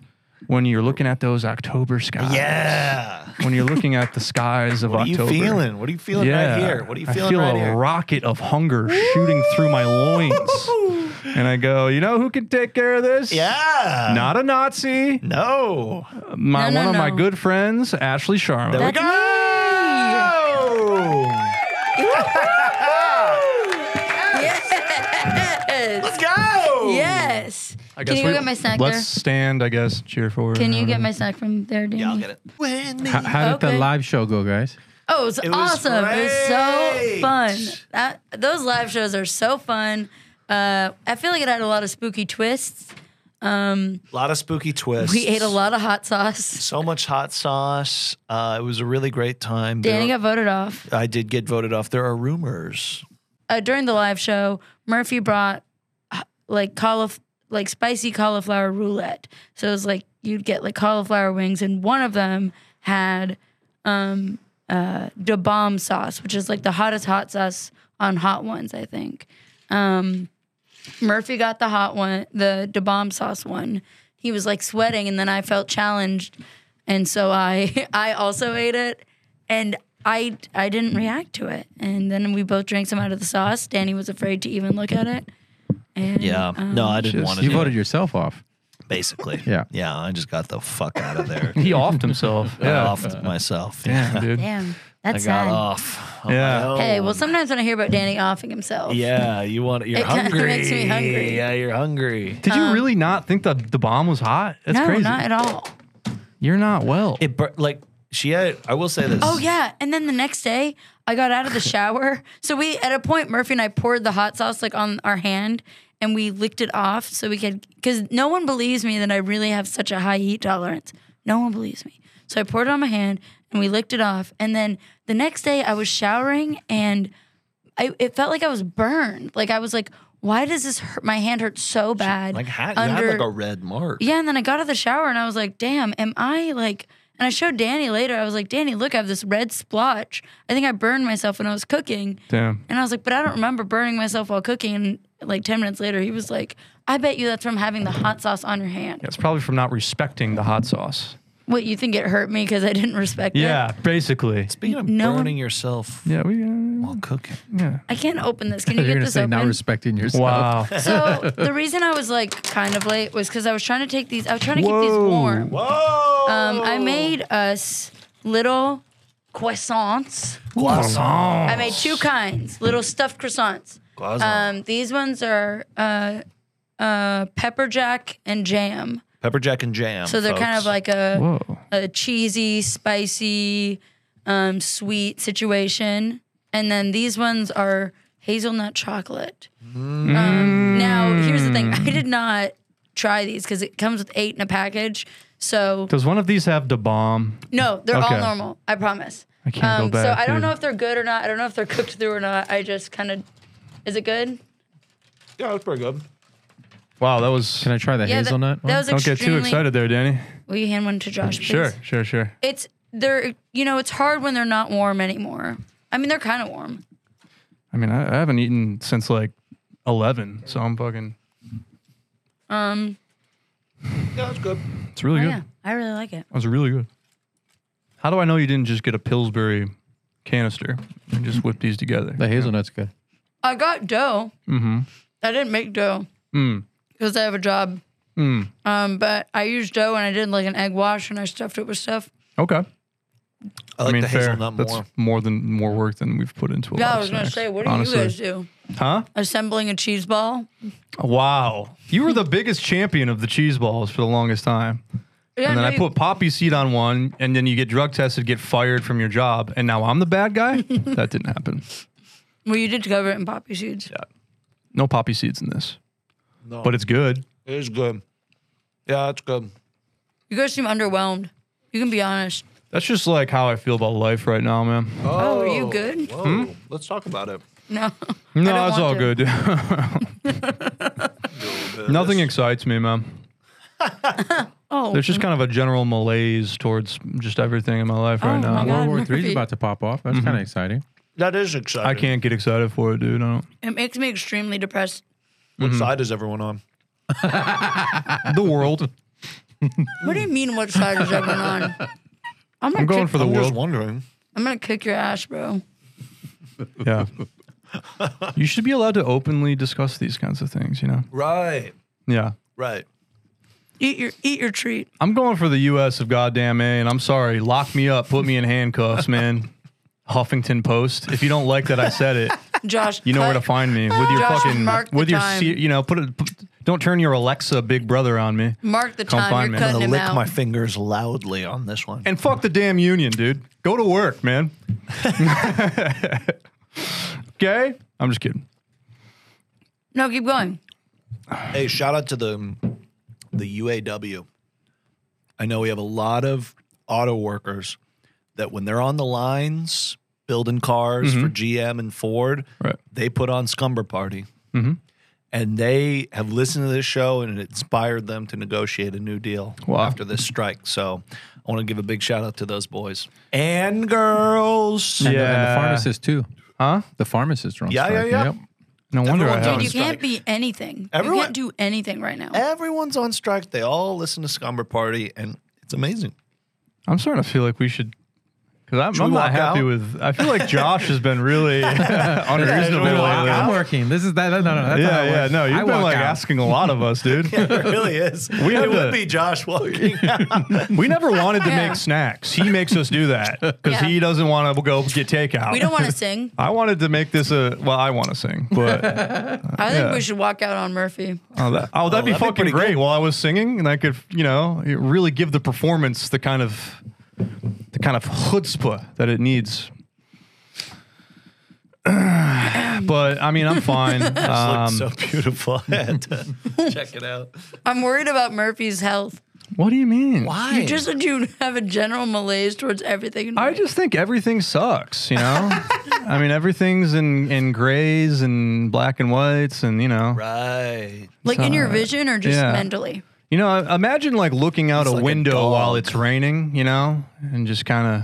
[SPEAKER 4] when you're looking at those October skies,
[SPEAKER 3] Yeah.
[SPEAKER 4] when you're looking at the skies of
[SPEAKER 3] What are you
[SPEAKER 4] October,
[SPEAKER 3] feeling? What are you feeling
[SPEAKER 4] yeah,
[SPEAKER 3] right here? What are you
[SPEAKER 4] I
[SPEAKER 3] feeling
[SPEAKER 4] feel
[SPEAKER 3] right
[SPEAKER 4] a
[SPEAKER 3] here?
[SPEAKER 4] rocket of hunger shooting through my loins, and I go, you know who can take care of this?
[SPEAKER 3] Yeah.
[SPEAKER 4] Not a Nazi.
[SPEAKER 3] No.
[SPEAKER 4] My
[SPEAKER 2] No, no,
[SPEAKER 4] one of my
[SPEAKER 2] no.
[SPEAKER 4] good friends, Ashley Sharma.
[SPEAKER 3] There
[SPEAKER 2] That's
[SPEAKER 3] we go.
[SPEAKER 2] Yes.
[SPEAKER 3] Let's go.
[SPEAKER 2] Yes. Can you go get my snack
[SPEAKER 4] Let's
[SPEAKER 2] there?
[SPEAKER 4] stand, I guess, cheer for.
[SPEAKER 2] Can you get my snack from there, Danny?
[SPEAKER 3] Yeah, I'll get it. When
[SPEAKER 5] How, how did
[SPEAKER 2] Okay.
[SPEAKER 5] the live show go, guys?
[SPEAKER 2] Oh, it was,
[SPEAKER 3] It was
[SPEAKER 2] awesome. It was so
[SPEAKER 3] great.
[SPEAKER 2] fun. That, those live shows are so fun. Uh, I feel like it had a lot of spooky twists. Um,
[SPEAKER 3] A lot of spooky twists.
[SPEAKER 2] we ate a lot of hot sauce.
[SPEAKER 3] So much hot sauce. Uh, it was a really great time.
[SPEAKER 2] Danny
[SPEAKER 3] There-
[SPEAKER 2] got voted off.
[SPEAKER 3] I did get voted off. There are rumors.
[SPEAKER 2] uh, during the live show, Murphy brought uh, like caulif- like spicy cauliflower roulette. So it was like you'd get like cauliflower wings, and one of them had um, uh, da bomb sauce, which is like the hottest hot sauce on hot ones, I think. Um, Murphy got the hot one, the da bomb sauce one. He was like sweating, and then I felt challenged, and so I I also ate it, and I I didn't react to it. And then we both drank some out of the sauce. Danny was afraid to even look at it. And,
[SPEAKER 3] Yeah.
[SPEAKER 2] um,
[SPEAKER 3] no, I didn't
[SPEAKER 4] just-
[SPEAKER 3] want to.
[SPEAKER 5] You
[SPEAKER 3] do
[SPEAKER 5] voted
[SPEAKER 3] it,
[SPEAKER 5] yourself off.
[SPEAKER 3] basically.
[SPEAKER 5] Yeah.
[SPEAKER 3] Yeah. I just got the fuck out of there.
[SPEAKER 4] He offed himself.
[SPEAKER 3] I
[SPEAKER 4] yeah.
[SPEAKER 3] offed myself.
[SPEAKER 4] Damn, dude.
[SPEAKER 2] Damn,
[SPEAKER 3] I
[SPEAKER 2] that's
[SPEAKER 3] got
[SPEAKER 2] sad.
[SPEAKER 3] off. on
[SPEAKER 4] Yeah.
[SPEAKER 3] my own.
[SPEAKER 2] Hey, well, sometimes when I hear about Danny offing himself,
[SPEAKER 3] Yeah, you want you're
[SPEAKER 2] It kinda
[SPEAKER 3] hungry.
[SPEAKER 2] makes me hungry.
[SPEAKER 3] Yeah, you're hungry.
[SPEAKER 4] Did you really not think the the bomb was hot? That's
[SPEAKER 2] Um, no,
[SPEAKER 4] crazy.
[SPEAKER 2] not at all.
[SPEAKER 4] You're not well.
[SPEAKER 3] It bur- like she had. I will say this.
[SPEAKER 2] Oh yeah, and then the next day I got out of the shower. So we at a point Murphy and I poured the hot sauce like on our hand and we licked it off so we could cuz no one believes me that I really have such a high heat tolerance. No one believes me. So I poured it on my hand and we licked it off and then the next day I was showering and I it felt like I was burned. Like I was like why does this hurt? My hand hurt so bad.
[SPEAKER 3] like ha- you had like a red mark.
[SPEAKER 2] Yeah, and then I got out of the shower and I was like, damn, am I like and I showed Danny later, I was like, Danny, look, I have this red splotch. I think I burned myself when I was cooking.
[SPEAKER 4] Damn.
[SPEAKER 2] And I was like, but I don't remember burning myself while cooking. And like 10 minutes later, he was like, I bet you that's from having the hot sauce on your hand.
[SPEAKER 4] It's probably from not respecting the hot sauce.
[SPEAKER 2] What, you think it hurt me because I didn't respect it?
[SPEAKER 4] basically.
[SPEAKER 3] Speaking of
[SPEAKER 2] No one-
[SPEAKER 3] burning yourself
[SPEAKER 4] Yeah, we. Uh,
[SPEAKER 3] while cooking,
[SPEAKER 2] I can't open this. Can you
[SPEAKER 5] You're
[SPEAKER 2] get
[SPEAKER 5] gonna
[SPEAKER 2] this
[SPEAKER 5] say
[SPEAKER 2] open?
[SPEAKER 5] not respecting yourself.
[SPEAKER 4] wow.
[SPEAKER 2] so the reason I was like kind of late was because I was trying to take these, I was trying to keep these
[SPEAKER 4] Whoa.
[SPEAKER 2] warm.
[SPEAKER 3] whoa!
[SPEAKER 2] Um, I made us little croissants.
[SPEAKER 3] Croissant.
[SPEAKER 2] I made two kinds, little stuffed croissants.
[SPEAKER 3] Croissant.
[SPEAKER 2] Um, these ones are uh, uh, pepper jack and jam.
[SPEAKER 3] Pepper jack and jam.
[SPEAKER 2] So they're kind of
[SPEAKER 3] folks.
[SPEAKER 2] like a,
[SPEAKER 4] Whoa.
[SPEAKER 2] a cheesy, spicy, um, sweet situation. And then these ones are hazelnut chocolate.
[SPEAKER 4] Mm.
[SPEAKER 2] Um, now, here's the thing I did not try these because it comes with eight in a package. So,
[SPEAKER 4] Does one of these have the bomb?
[SPEAKER 2] no, they're
[SPEAKER 4] Okay.
[SPEAKER 2] all normal. I promise.
[SPEAKER 4] I can't go
[SPEAKER 2] Um, So
[SPEAKER 4] back,
[SPEAKER 2] I don't
[SPEAKER 4] dude.
[SPEAKER 2] know if they're good or not. I don't know if they're cooked through or not. I just kind of, is it good?
[SPEAKER 3] yeah, it's pretty good.
[SPEAKER 4] Wow, that was.
[SPEAKER 5] Can I try the
[SPEAKER 2] Yeah, that-
[SPEAKER 5] hazelnut?
[SPEAKER 2] that
[SPEAKER 5] one?
[SPEAKER 2] was
[SPEAKER 4] Don't get too
[SPEAKER 2] extremely-
[SPEAKER 4] excited there, Danny.
[SPEAKER 2] Will you hand one to Josh, please?
[SPEAKER 4] Sure, sure, sure.
[SPEAKER 2] It's they're you know it's hard when they're not warm anymore. I mean they're kind of warm.
[SPEAKER 4] I mean, I, I haven't eaten since like 11, so I'm fucking.
[SPEAKER 2] Um,
[SPEAKER 3] Yeah, it's good.
[SPEAKER 4] It's really
[SPEAKER 2] oh,
[SPEAKER 4] good.
[SPEAKER 2] yeah, I really like it.
[SPEAKER 4] That was really good. How do I know you didn't just get a Pillsbury canister and just whip these together?
[SPEAKER 5] the hazelnut's good.
[SPEAKER 2] I got dough. Mm-hmm. I didn't make dough
[SPEAKER 4] Mm.
[SPEAKER 2] because I have a job. Um, but I used dough and I did like an egg wash and I stuffed it with stuff.
[SPEAKER 4] Okay.
[SPEAKER 3] I like
[SPEAKER 4] I mean,
[SPEAKER 3] the
[SPEAKER 4] fair.
[SPEAKER 3] hazelnut
[SPEAKER 4] That's
[SPEAKER 3] more.
[SPEAKER 4] more than more work than we've put into a
[SPEAKER 2] Yeah,
[SPEAKER 4] lot
[SPEAKER 2] I
[SPEAKER 4] of
[SPEAKER 2] was gonna
[SPEAKER 4] snacks,
[SPEAKER 2] say, what do
[SPEAKER 4] honestly.
[SPEAKER 2] you guys do?
[SPEAKER 4] Huh?
[SPEAKER 2] Assembling a cheese ball.
[SPEAKER 4] Wow. You were the biggest champion of the cheese balls for the longest time.
[SPEAKER 2] Yeah,
[SPEAKER 4] and then
[SPEAKER 2] no,
[SPEAKER 4] I
[SPEAKER 2] you-
[SPEAKER 4] put poppy seed on one, and then you get drug tested, get fired from your job, and now I'm the bad guy? that didn't happen.
[SPEAKER 2] well, you did cover it in poppy seeds.
[SPEAKER 4] No poppy seeds in this.
[SPEAKER 3] No.
[SPEAKER 4] But it's good.
[SPEAKER 3] It is good. Yeah, it's good.
[SPEAKER 2] You guys seem underwhelmed. You can be honest.
[SPEAKER 4] That's just like how I feel about life right now, man.
[SPEAKER 2] Oh, are you good?
[SPEAKER 3] Whoa.
[SPEAKER 4] Hmm?
[SPEAKER 3] Let's talk about it.
[SPEAKER 2] No.
[SPEAKER 4] no, it's
[SPEAKER 2] want
[SPEAKER 4] all
[SPEAKER 2] to.
[SPEAKER 4] good. Nothing excites me, man.
[SPEAKER 2] Oh,
[SPEAKER 4] There's just kind of a general malaise towards just everything in my life right
[SPEAKER 2] Oh
[SPEAKER 4] now.
[SPEAKER 2] my God,
[SPEAKER 5] World War Three's
[SPEAKER 2] Murphy.
[SPEAKER 5] about to pop off. That's kind of exciting.
[SPEAKER 3] That is exciting.
[SPEAKER 4] I can't get excited for it, dude. I don't.
[SPEAKER 2] it makes me extremely depressed.
[SPEAKER 4] mm-hmm.
[SPEAKER 3] What side is everyone on?
[SPEAKER 4] the world.
[SPEAKER 2] What do you mean? What side is everyone on? I'm gonna
[SPEAKER 4] I'm going
[SPEAKER 2] kick,
[SPEAKER 4] for the
[SPEAKER 3] I'm just
[SPEAKER 4] world.
[SPEAKER 3] wondering.
[SPEAKER 2] I'm gonna kick your ass, bro.
[SPEAKER 4] Yeah. You should be allowed to openly discuss these kinds of things, you know?
[SPEAKER 3] Right.
[SPEAKER 4] Yeah.
[SPEAKER 3] Right.
[SPEAKER 2] Eat your eat your treat.
[SPEAKER 4] I'm going for the U.S. of goddamn A, and I'm sorry. Lock me up. Put me in handcuffs, man. Huffington Post. If you don't like that I said it,
[SPEAKER 2] Josh,
[SPEAKER 4] you know where to
[SPEAKER 2] cut-
[SPEAKER 4] find me with your
[SPEAKER 2] Josh,
[SPEAKER 4] fucking
[SPEAKER 2] mark the
[SPEAKER 4] with your
[SPEAKER 2] time.
[SPEAKER 4] se- you know put it. Put, don't turn your Alexa Big Brother on me.
[SPEAKER 2] Mark the
[SPEAKER 4] Come
[SPEAKER 2] time.
[SPEAKER 4] find
[SPEAKER 2] You're
[SPEAKER 4] me. I'm
[SPEAKER 3] I'm
[SPEAKER 2] cutting
[SPEAKER 3] gonna
[SPEAKER 2] him
[SPEAKER 3] lick
[SPEAKER 2] out.
[SPEAKER 3] my fingers loudly on this one.
[SPEAKER 4] And fuck the damn union, dude. Go to work, man. okay, I'm just kidding.
[SPEAKER 2] no, keep going.
[SPEAKER 3] Hey, shout out to the um, the UAW. I know we have a lot of auto workers that when they're on the lines building cars for GM and Ford,
[SPEAKER 4] Mm-hmm. Right. Mm-hmm.
[SPEAKER 3] they put on Scumber Party. And they have listened to this show and it inspired them to negotiate a new deal
[SPEAKER 4] Wow.
[SPEAKER 3] after this strike. So I want to give a big shout out to those boys and girls.
[SPEAKER 5] And the- And
[SPEAKER 4] Yeah.
[SPEAKER 5] the pharmacist too.
[SPEAKER 4] Huh?
[SPEAKER 5] The pharmacists are on
[SPEAKER 3] Yeah, yeah,
[SPEAKER 5] strike.
[SPEAKER 3] yeah.
[SPEAKER 5] Yep.
[SPEAKER 4] No wonder
[SPEAKER 3] Everyone
[SPEAKER 4] I
[SPEAKER 3] did
[SPEAKER 2] Dude,
[SPEAKER 4] haven't.
[SPEAKER 2] you can't
[SPEAKER 3] strike.
[SPEAKER 2] be anything. you
[SPEAKER 3] Everyone-
[SPEAKER 2] can't do anything right now.
[SPEAKER 3] Everyone's on strike. They all listen to Scumber Party and it's amazing.
[SPEAKER 4] I'm starting to feel like we should. Because I'm,
[SPEAKER 3] we
[SPEAKER 4] I'm
[SPEAKER 3] walk
[SPEAKER 4] not happy
[SPEAKER 3] out?
[SPEAKER 4] with. I feel like Josh has been really unreasonable
[SPEAKER 3] Should we walk out?
[SPEAKER 4] lately.
[SPEAKER 5] I'm working. This is that. No, no, no. That's
[SPEAKER 4] Yeah,
[SPEAKER 5] how it
[SPEAKER 4] yeah.
[SPEAKER 5] works.
[SPEAKER 4] No, you've
[SPEAKER 5] I
[SPEAKER 4] been
[SPEAKER 5] walk
[SPEAKER 4] like
[SPEAKER 5] out.
[SPEAKER 4] asking a lot of us, dude.
[SPEAKER 3] it really is. We
[SPEAKER 4] have
[SPEAKER 3] it
[SPEAKER 4] to-
[SPEAKER 3] would be Josh walking.
[SPEAKER 4] We never wanted to
[SPEAKER 2] Yeah.
[SPEAKER 4] make snacks. He makes us do that because
[SPEAKER 2] Yeah.
[SPEAKER 4] he doesn't want to go get takeout.
[SPEAKER 2] We don't want to sing.
[SPEAKER 4] I wanted to make this a well. I want to sing, but
[SPEAKER 2] I think
[SPEAKER 4] Yeah.
[SPEAKER 2] we should walk out on Murphy.
[SPEAKER 4] oh, that, oh, that'd be
[SPEAKER 3] that'd be
[SPEAKER 4] fucking
[SPEAKER 3] pretty
[SPEAKER 4] great. While I was singing, and I could, you know, it really give the performance the kind of the kind of chutzpah that it needs. but I mean, I'm fine. Um,
[SPEAKER 3] so beautiful. I had to check it out.
[SPEAKER 2] I'm worried about Murphy's health.
[SPEAKER 4] what do you mean?
[SPEAKER 3] Why?
[SPEAKER 2] You just said you have a general malaise towards everything.
[SPEAKER 4] I just think everything sucks, you know. I mean, everything's in in grays and black and whites, and you know,
[SPEAKER 3] right.
[SPEAKER 2] like in your vision or just
[SPEAKER 4] uh, yeah.
[SPEAKER 2] mentally.
[SPEAKER 4] you know. I- Imagine like looking out
[SPEAKER 3] It's
[SPEAKER 4] a
[SPEAKER 3] like a
[SPEAKER 4] window
[SPEAKER 3] dog.
[SPEAKER 4] while it's raining, you know, and just kind of.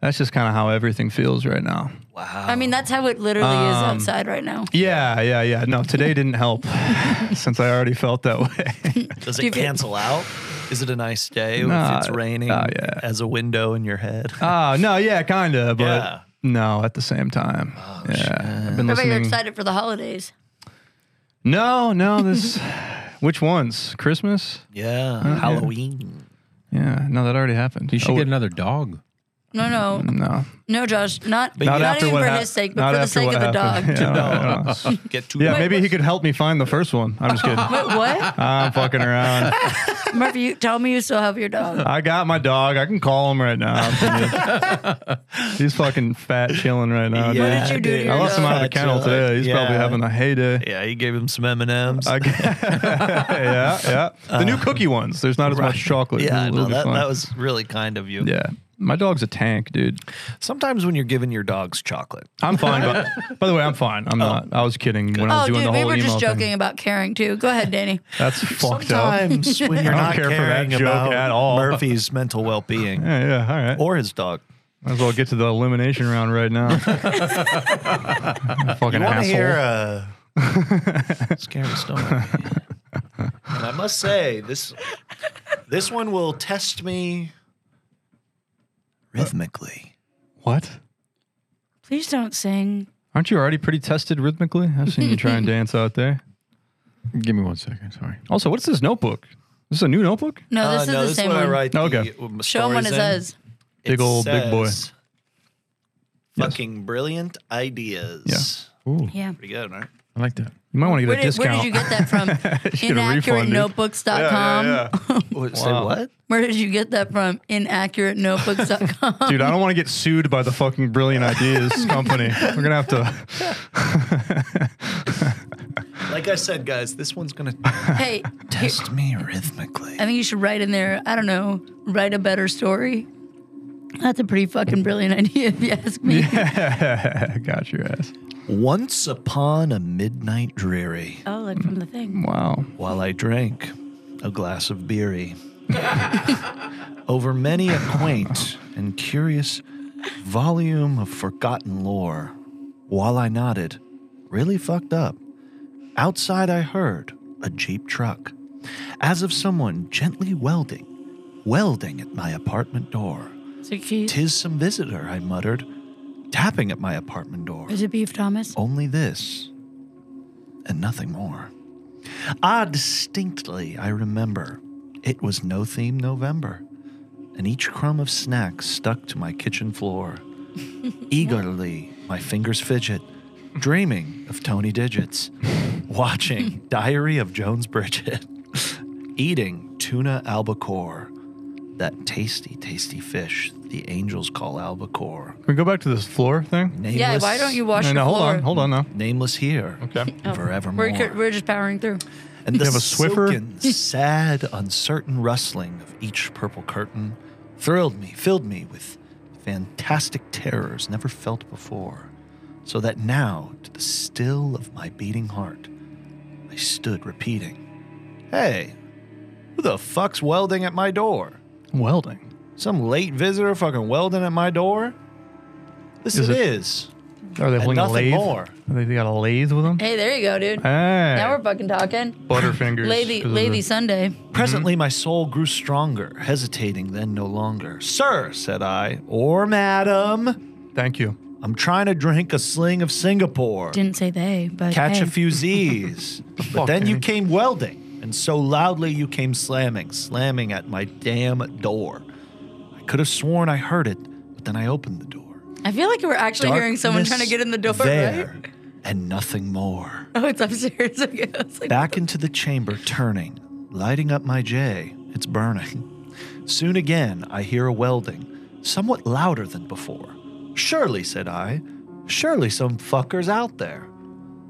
[SPEAKER 4] That's just kind of how everything feels right now.
[SPEAKER 3] Wow.
[SPEAKER 2] I mean, that's how it literally is
[SPEAKER 4] Um,
[SPEAKER 2] outside right now.
[SPEAKER 4] Yeah, yeah, yeah. No, today didn't help since I already felt that way.
[SPEAKER 3] Does
[SPEAKER 2] do
[SPEAKER 3] it
[SPEAKER 2] you-
[SPEAKER 3] cancel out? Is it a nice day if
[SPEAKER 4] Nah,
[SPEAKER 3] it's raining
[SPEAKER 4] oh, yeah.
[SPEAKER 3] as a window in your head?
[SPEAKER 4] Ah, no, yeah, kind of, but
[SPEAKER 3] Yeah.
[SPEAKER 4] no, at the same time. yeah, I've been
[SPEAKER 2] What about you're
[SPEAKER 4] listening.
[SPEAKER 2] excited for the holidays?
[SPEAKER 4] No, no, this. which ones? Christmas.
[SPEAKER 3] yeah. Halloween.
[SPEAKER 4] Yeah, no, that already happened.
[SPEAKER 5] You should
[SPEAKER 4] Oh,
[SPEAKER 5] get another dog.
[SPEAKER 2] No, no,
[SPEAKER 4] no.
[SPEAKER 2] no, Josh. Not not,
[SPEAKER 3] Not
[SPEAKER 4] Mm. after
[SPEAKER 2] even
[SPEAKER 4] what
[SPEAKER 2] for
[SPEAKER 4] hap-
[SPEAKER 2] his sake,
[SPEAKER 4] not
[SPEAKER 2] but for the
[SPEAKER 4] after
[SPEAKER 2] sake
[SPEAKER 4] what
[SPEAKER 2] of a dog.
[SPEAKER 4] happened. Yeah, I don't know.
[SPEAKER 3] Get two.
[SPEAKER 4] Yeah, maybe he could help me find the first one. I'm just kidding.
[SPEAKER 2] Wait, what?
[SPEAKER 4] I'm fucking around.
[SPEAKER 2] Murphy, you, tell me you still have your dog.
[SPEAKER 4] I got my dog. I can call him right now. He's fucking fat chilling right now. dude.
[SPEAKER 2] Yeah, you do to
[SPEAKER 3] dude.
[SPEAKER 2] your
[SPEAKER 4] I lost him uh, out of the
[SPEAKER 3] Fat
[SPEAKER 4] kennel
[SPEAKER 3] joke.
[SPEAKER 4] today. He's
[SPEAKER 3] yeah.
[SPEAKER 4] probably having a heyday.
[SPEAKER 3] Yeah, he gave him some M and M's.
[SPEAKER 4] I g- yeah, yeah. The new cookie ones. There's not as much chocolate.
[SPEAKER 3] Yeah,
[SPEAKER 4] It'll
[SPEAKER 3] no,
[SPEAKER 4] be
[SPEAKER 3] that,
[SPEAKER 4] fun.
[SPEAKER 3] that was really kind of you.
[SPEAKER 4] Yeah, my dog's a tank, dude.
[SPEAKER 3] Sometimes when you're giving your dogs chocolate,
[SPEAKER 4] I'm fine. but, by the way, I'm fine.
[SPEAKER 3] Oh.
[SPEAKER 4] I'm not. I was kidding when I was
[SPEAKER 2] Oh,
[SPEAKER 4] doing
[SPEAKER 2] dude,
[SPEAKER 4] the whole
[SPEAKER 2] we were
[SPEAKER 4] email
[SPEAKER 2] just joking
[SPEAKER 4] thing.
[SPEAKER 2] about caring too. Go ahead, Danny.
[SPEAKER 4] That's fucked up.
[SPEAKER 3] sometimes when you're
[SPEAKER 4] I don't
[SPEAKER 3] not
[SPEAKER 4] care for that
[SPEAKER 3] caring
[SPEAKER 4] joke
[SPEAKER 3] about
[SPEAKER 4] at all.
[SPEAKER 3] Murphy's mental well-being
[SPEAKER 4] Yeah, yeah. All right.
[SPEAKER 3] or his dog.
[SPEAKER 4] Might as well get to the elimination round right now. Fucking
[SPEAKER 3] You want to
[SPEAKER 4] asshole.
[SPEAKER 3] hear a scary story? and I must say, this this one will test me rhythmically.
[SPEAKER 4] what?
[SPEAKER 2] Please don't sing.
[SPEAKER 4] Aren't you already pretty tested rhythmically? I've seen you try and dance out there.
[SPEAKER 5] Give me one second. Sorry.
[SPEAKER 4] Also, what's this notebook? This is a new notebook?
[SPEAKER 2] No, this
[SPEAKER 3] Uh,
[SPEAKER 2] is
[SPEAKER 3] no,
[SPEAKER 2] the
[SPEAKER 3] this
[SPEAKER 2] same
[SPEAKER 3] what
[SPEAKER 2] one.
[SPEAKER 3] I write the,
[SPEAKER 4] Okay.
[SPEAKER 3] um,
[SPEAKER 2] Show him what it
[SPEAKER 3] stories in.
[SPEAKER 2] says.
[SPEAKER 3] It
[SPEAKER 4] Big ol' big boy.
[SPEAKER 3] says, Fucking brilliant ideas.
[SPEAKER 4] Yeah.
[SPEAKER 5] Ooh,
[SPEAKER 2] Yeah.
[SPEAKER 3] Pretty good, right?
[SPEAKER 5] I like that.
[SPEAKER 4] You might want to get
[SPEAKER 2] Where
[SPEAKER 4] a
[SPEAKER 2] did, where
[SPEAKER 4] discount.
[SPEAKER 2] did you get that from?
[SPEAKER 4] get a refund, dude.
[SPEAKER 2] InaccurateNotebooks.com.
[SPEAKER 3] What, Say what?
[SPEAKER 2] Where did you get that from? InaccurateNotebooks.com.
[SPEAKER 4] Dude, I don't want to get sued by the fucking Brilliant Ideas company. We're going to have to.
[SPEAKER 3] Like I said, guys, this one's gonna
[SPEAKER 2] hey, here-
[SPEAKER 3] test me rhythmically.
[SPEAKER 2] I think you should write in there, I don't know, write a better story. That's a pretty fucking brilliant idea, if you ask me.
[SPEAKER 4] Got your ass.
[SPEAKER 3] Once upon a midnight dreary.
[SPEAKER 2] Oh, like from the thing.
[SPEAKER 4] Wow.
[SPEAKER 3] while I drank a glass of beery. Over many a quaint and curious volume of forgotten lore, while I nodded, really fucked up, outside I heard a Jeep truck, as of someone gently welding, welding at my apartment door.
[SPEAKER 2] So Keith,
[SPEAKER 3] Tis some visitor, I muttered, tapping at my apartment door.
[SPEAKER 2] is it Beef Thomas?
[SPEAKER 3] Only this and nothing more. Ah, distinctly, I remember it was no theme November, and each crumb of snack stuck to my kitchen floor. Eagerly, my fingers fidget, dreaming of Tony Digits, watching Diary of Jones Bridget, eating tuna albacore, that tasty, tasty fish the angels call albacore.
[SPEAKER 4] Can we go back to this floor thing?
[SPEAKER 2] Yeah, why
[SPEAKER 3] Nameless-
[SPEAKER 2] don't you wash
[SPEAKER 4] No,
[SPEAKER 2] your
[SPEAKER 4] no, hold
[SPEAKER 2] floor?
[SPEAKER 4] on, hold on now.
[SPEAKER 3] nameless here?
[SPEAKER 4] Okay.
[SPEAKER 2] Oh,
[SPEAKER 3] forevermore.
[SPEAKER 2] We're, good- we're just powering through.
[SPEAKER 3] And the
[SPEAKER 4] have a Swiffer?
[SPEAKER 3] silken, sad, uncertain rustling of each purple curtain thrilled me, filled me with fantastic terrors never felt before, so that now, to the still of my beating heart, I stood repeating, Hey, who the fuck's welding at my door?
[SPEAKER 4] Welding.
[SPEAKER 3] Some late visitor fucking welding at my door? This
[SPEAKER 4] Is
[SPEAKER 3] it
[SPEAKER 4] it-
[SPEAKER 3] is.
[SPEAKER 4] Are they
[SPEAKER 3] And
[SPEAKER 4] holding a
[SPEAKER 3] nothing
[SPEAKER 4] lathe?
[SPEAKER 3] more.
[SPEAKER 4] They they got a lathe with them?
[SPEAKER 2] Hey, there you go, dude.
[SPEAKER 4] Hey.
[SPEAKER 2] Now we're fucking talking.
[SPEAKER 4] Butterfingers.
[SPEAKER 2] Lady,
[SPEAKER 4] 'cause of
[SPEAKER 2] Lady
[SPEAKER 4] the-
[SPEAKER 2] Sunday.
[SPEAKER 3] Presently, my soul grew stronger, hesitating then no longer. Sir, said I, or madam,
[SPEAKER 4] Thank you.
[SPEAKER 3] I'm trying to drink a sling of Singapore,
[SPEAKER 2] Didn't say they, but
[SPEAKER 3] catch a
[SPEAKER 2] hey.
[SPEAKER 3] few Z's. but
[SPEAKER 4] Fuck,
[SPEAKER 3] then you
[SPEAKER 4] Amy.
[SPEAKER 3] came welding, and so loudly you came slamming, slamming at my damn door. I could have sworn I heard it, but then I opened the door.
[SPEAKER 2] I feel like we're actually hearing someone trying to
[SPEAKER 3] Darkness
[SPEAKER 2] get in the door,
[SPEAKER 3] there,
[SPEAKER 2] right?
[SPEAKER 3] and nothing more.
[SPEAKER 2] Oh, it's upstairs. Okay, I was like,
[SPEAKER 3] Back into the chamber, turning, lighting up my J. It's burning. Soon again, I hear a welding, somewhat louder than before. Surely, said I, surely some fucker's out there.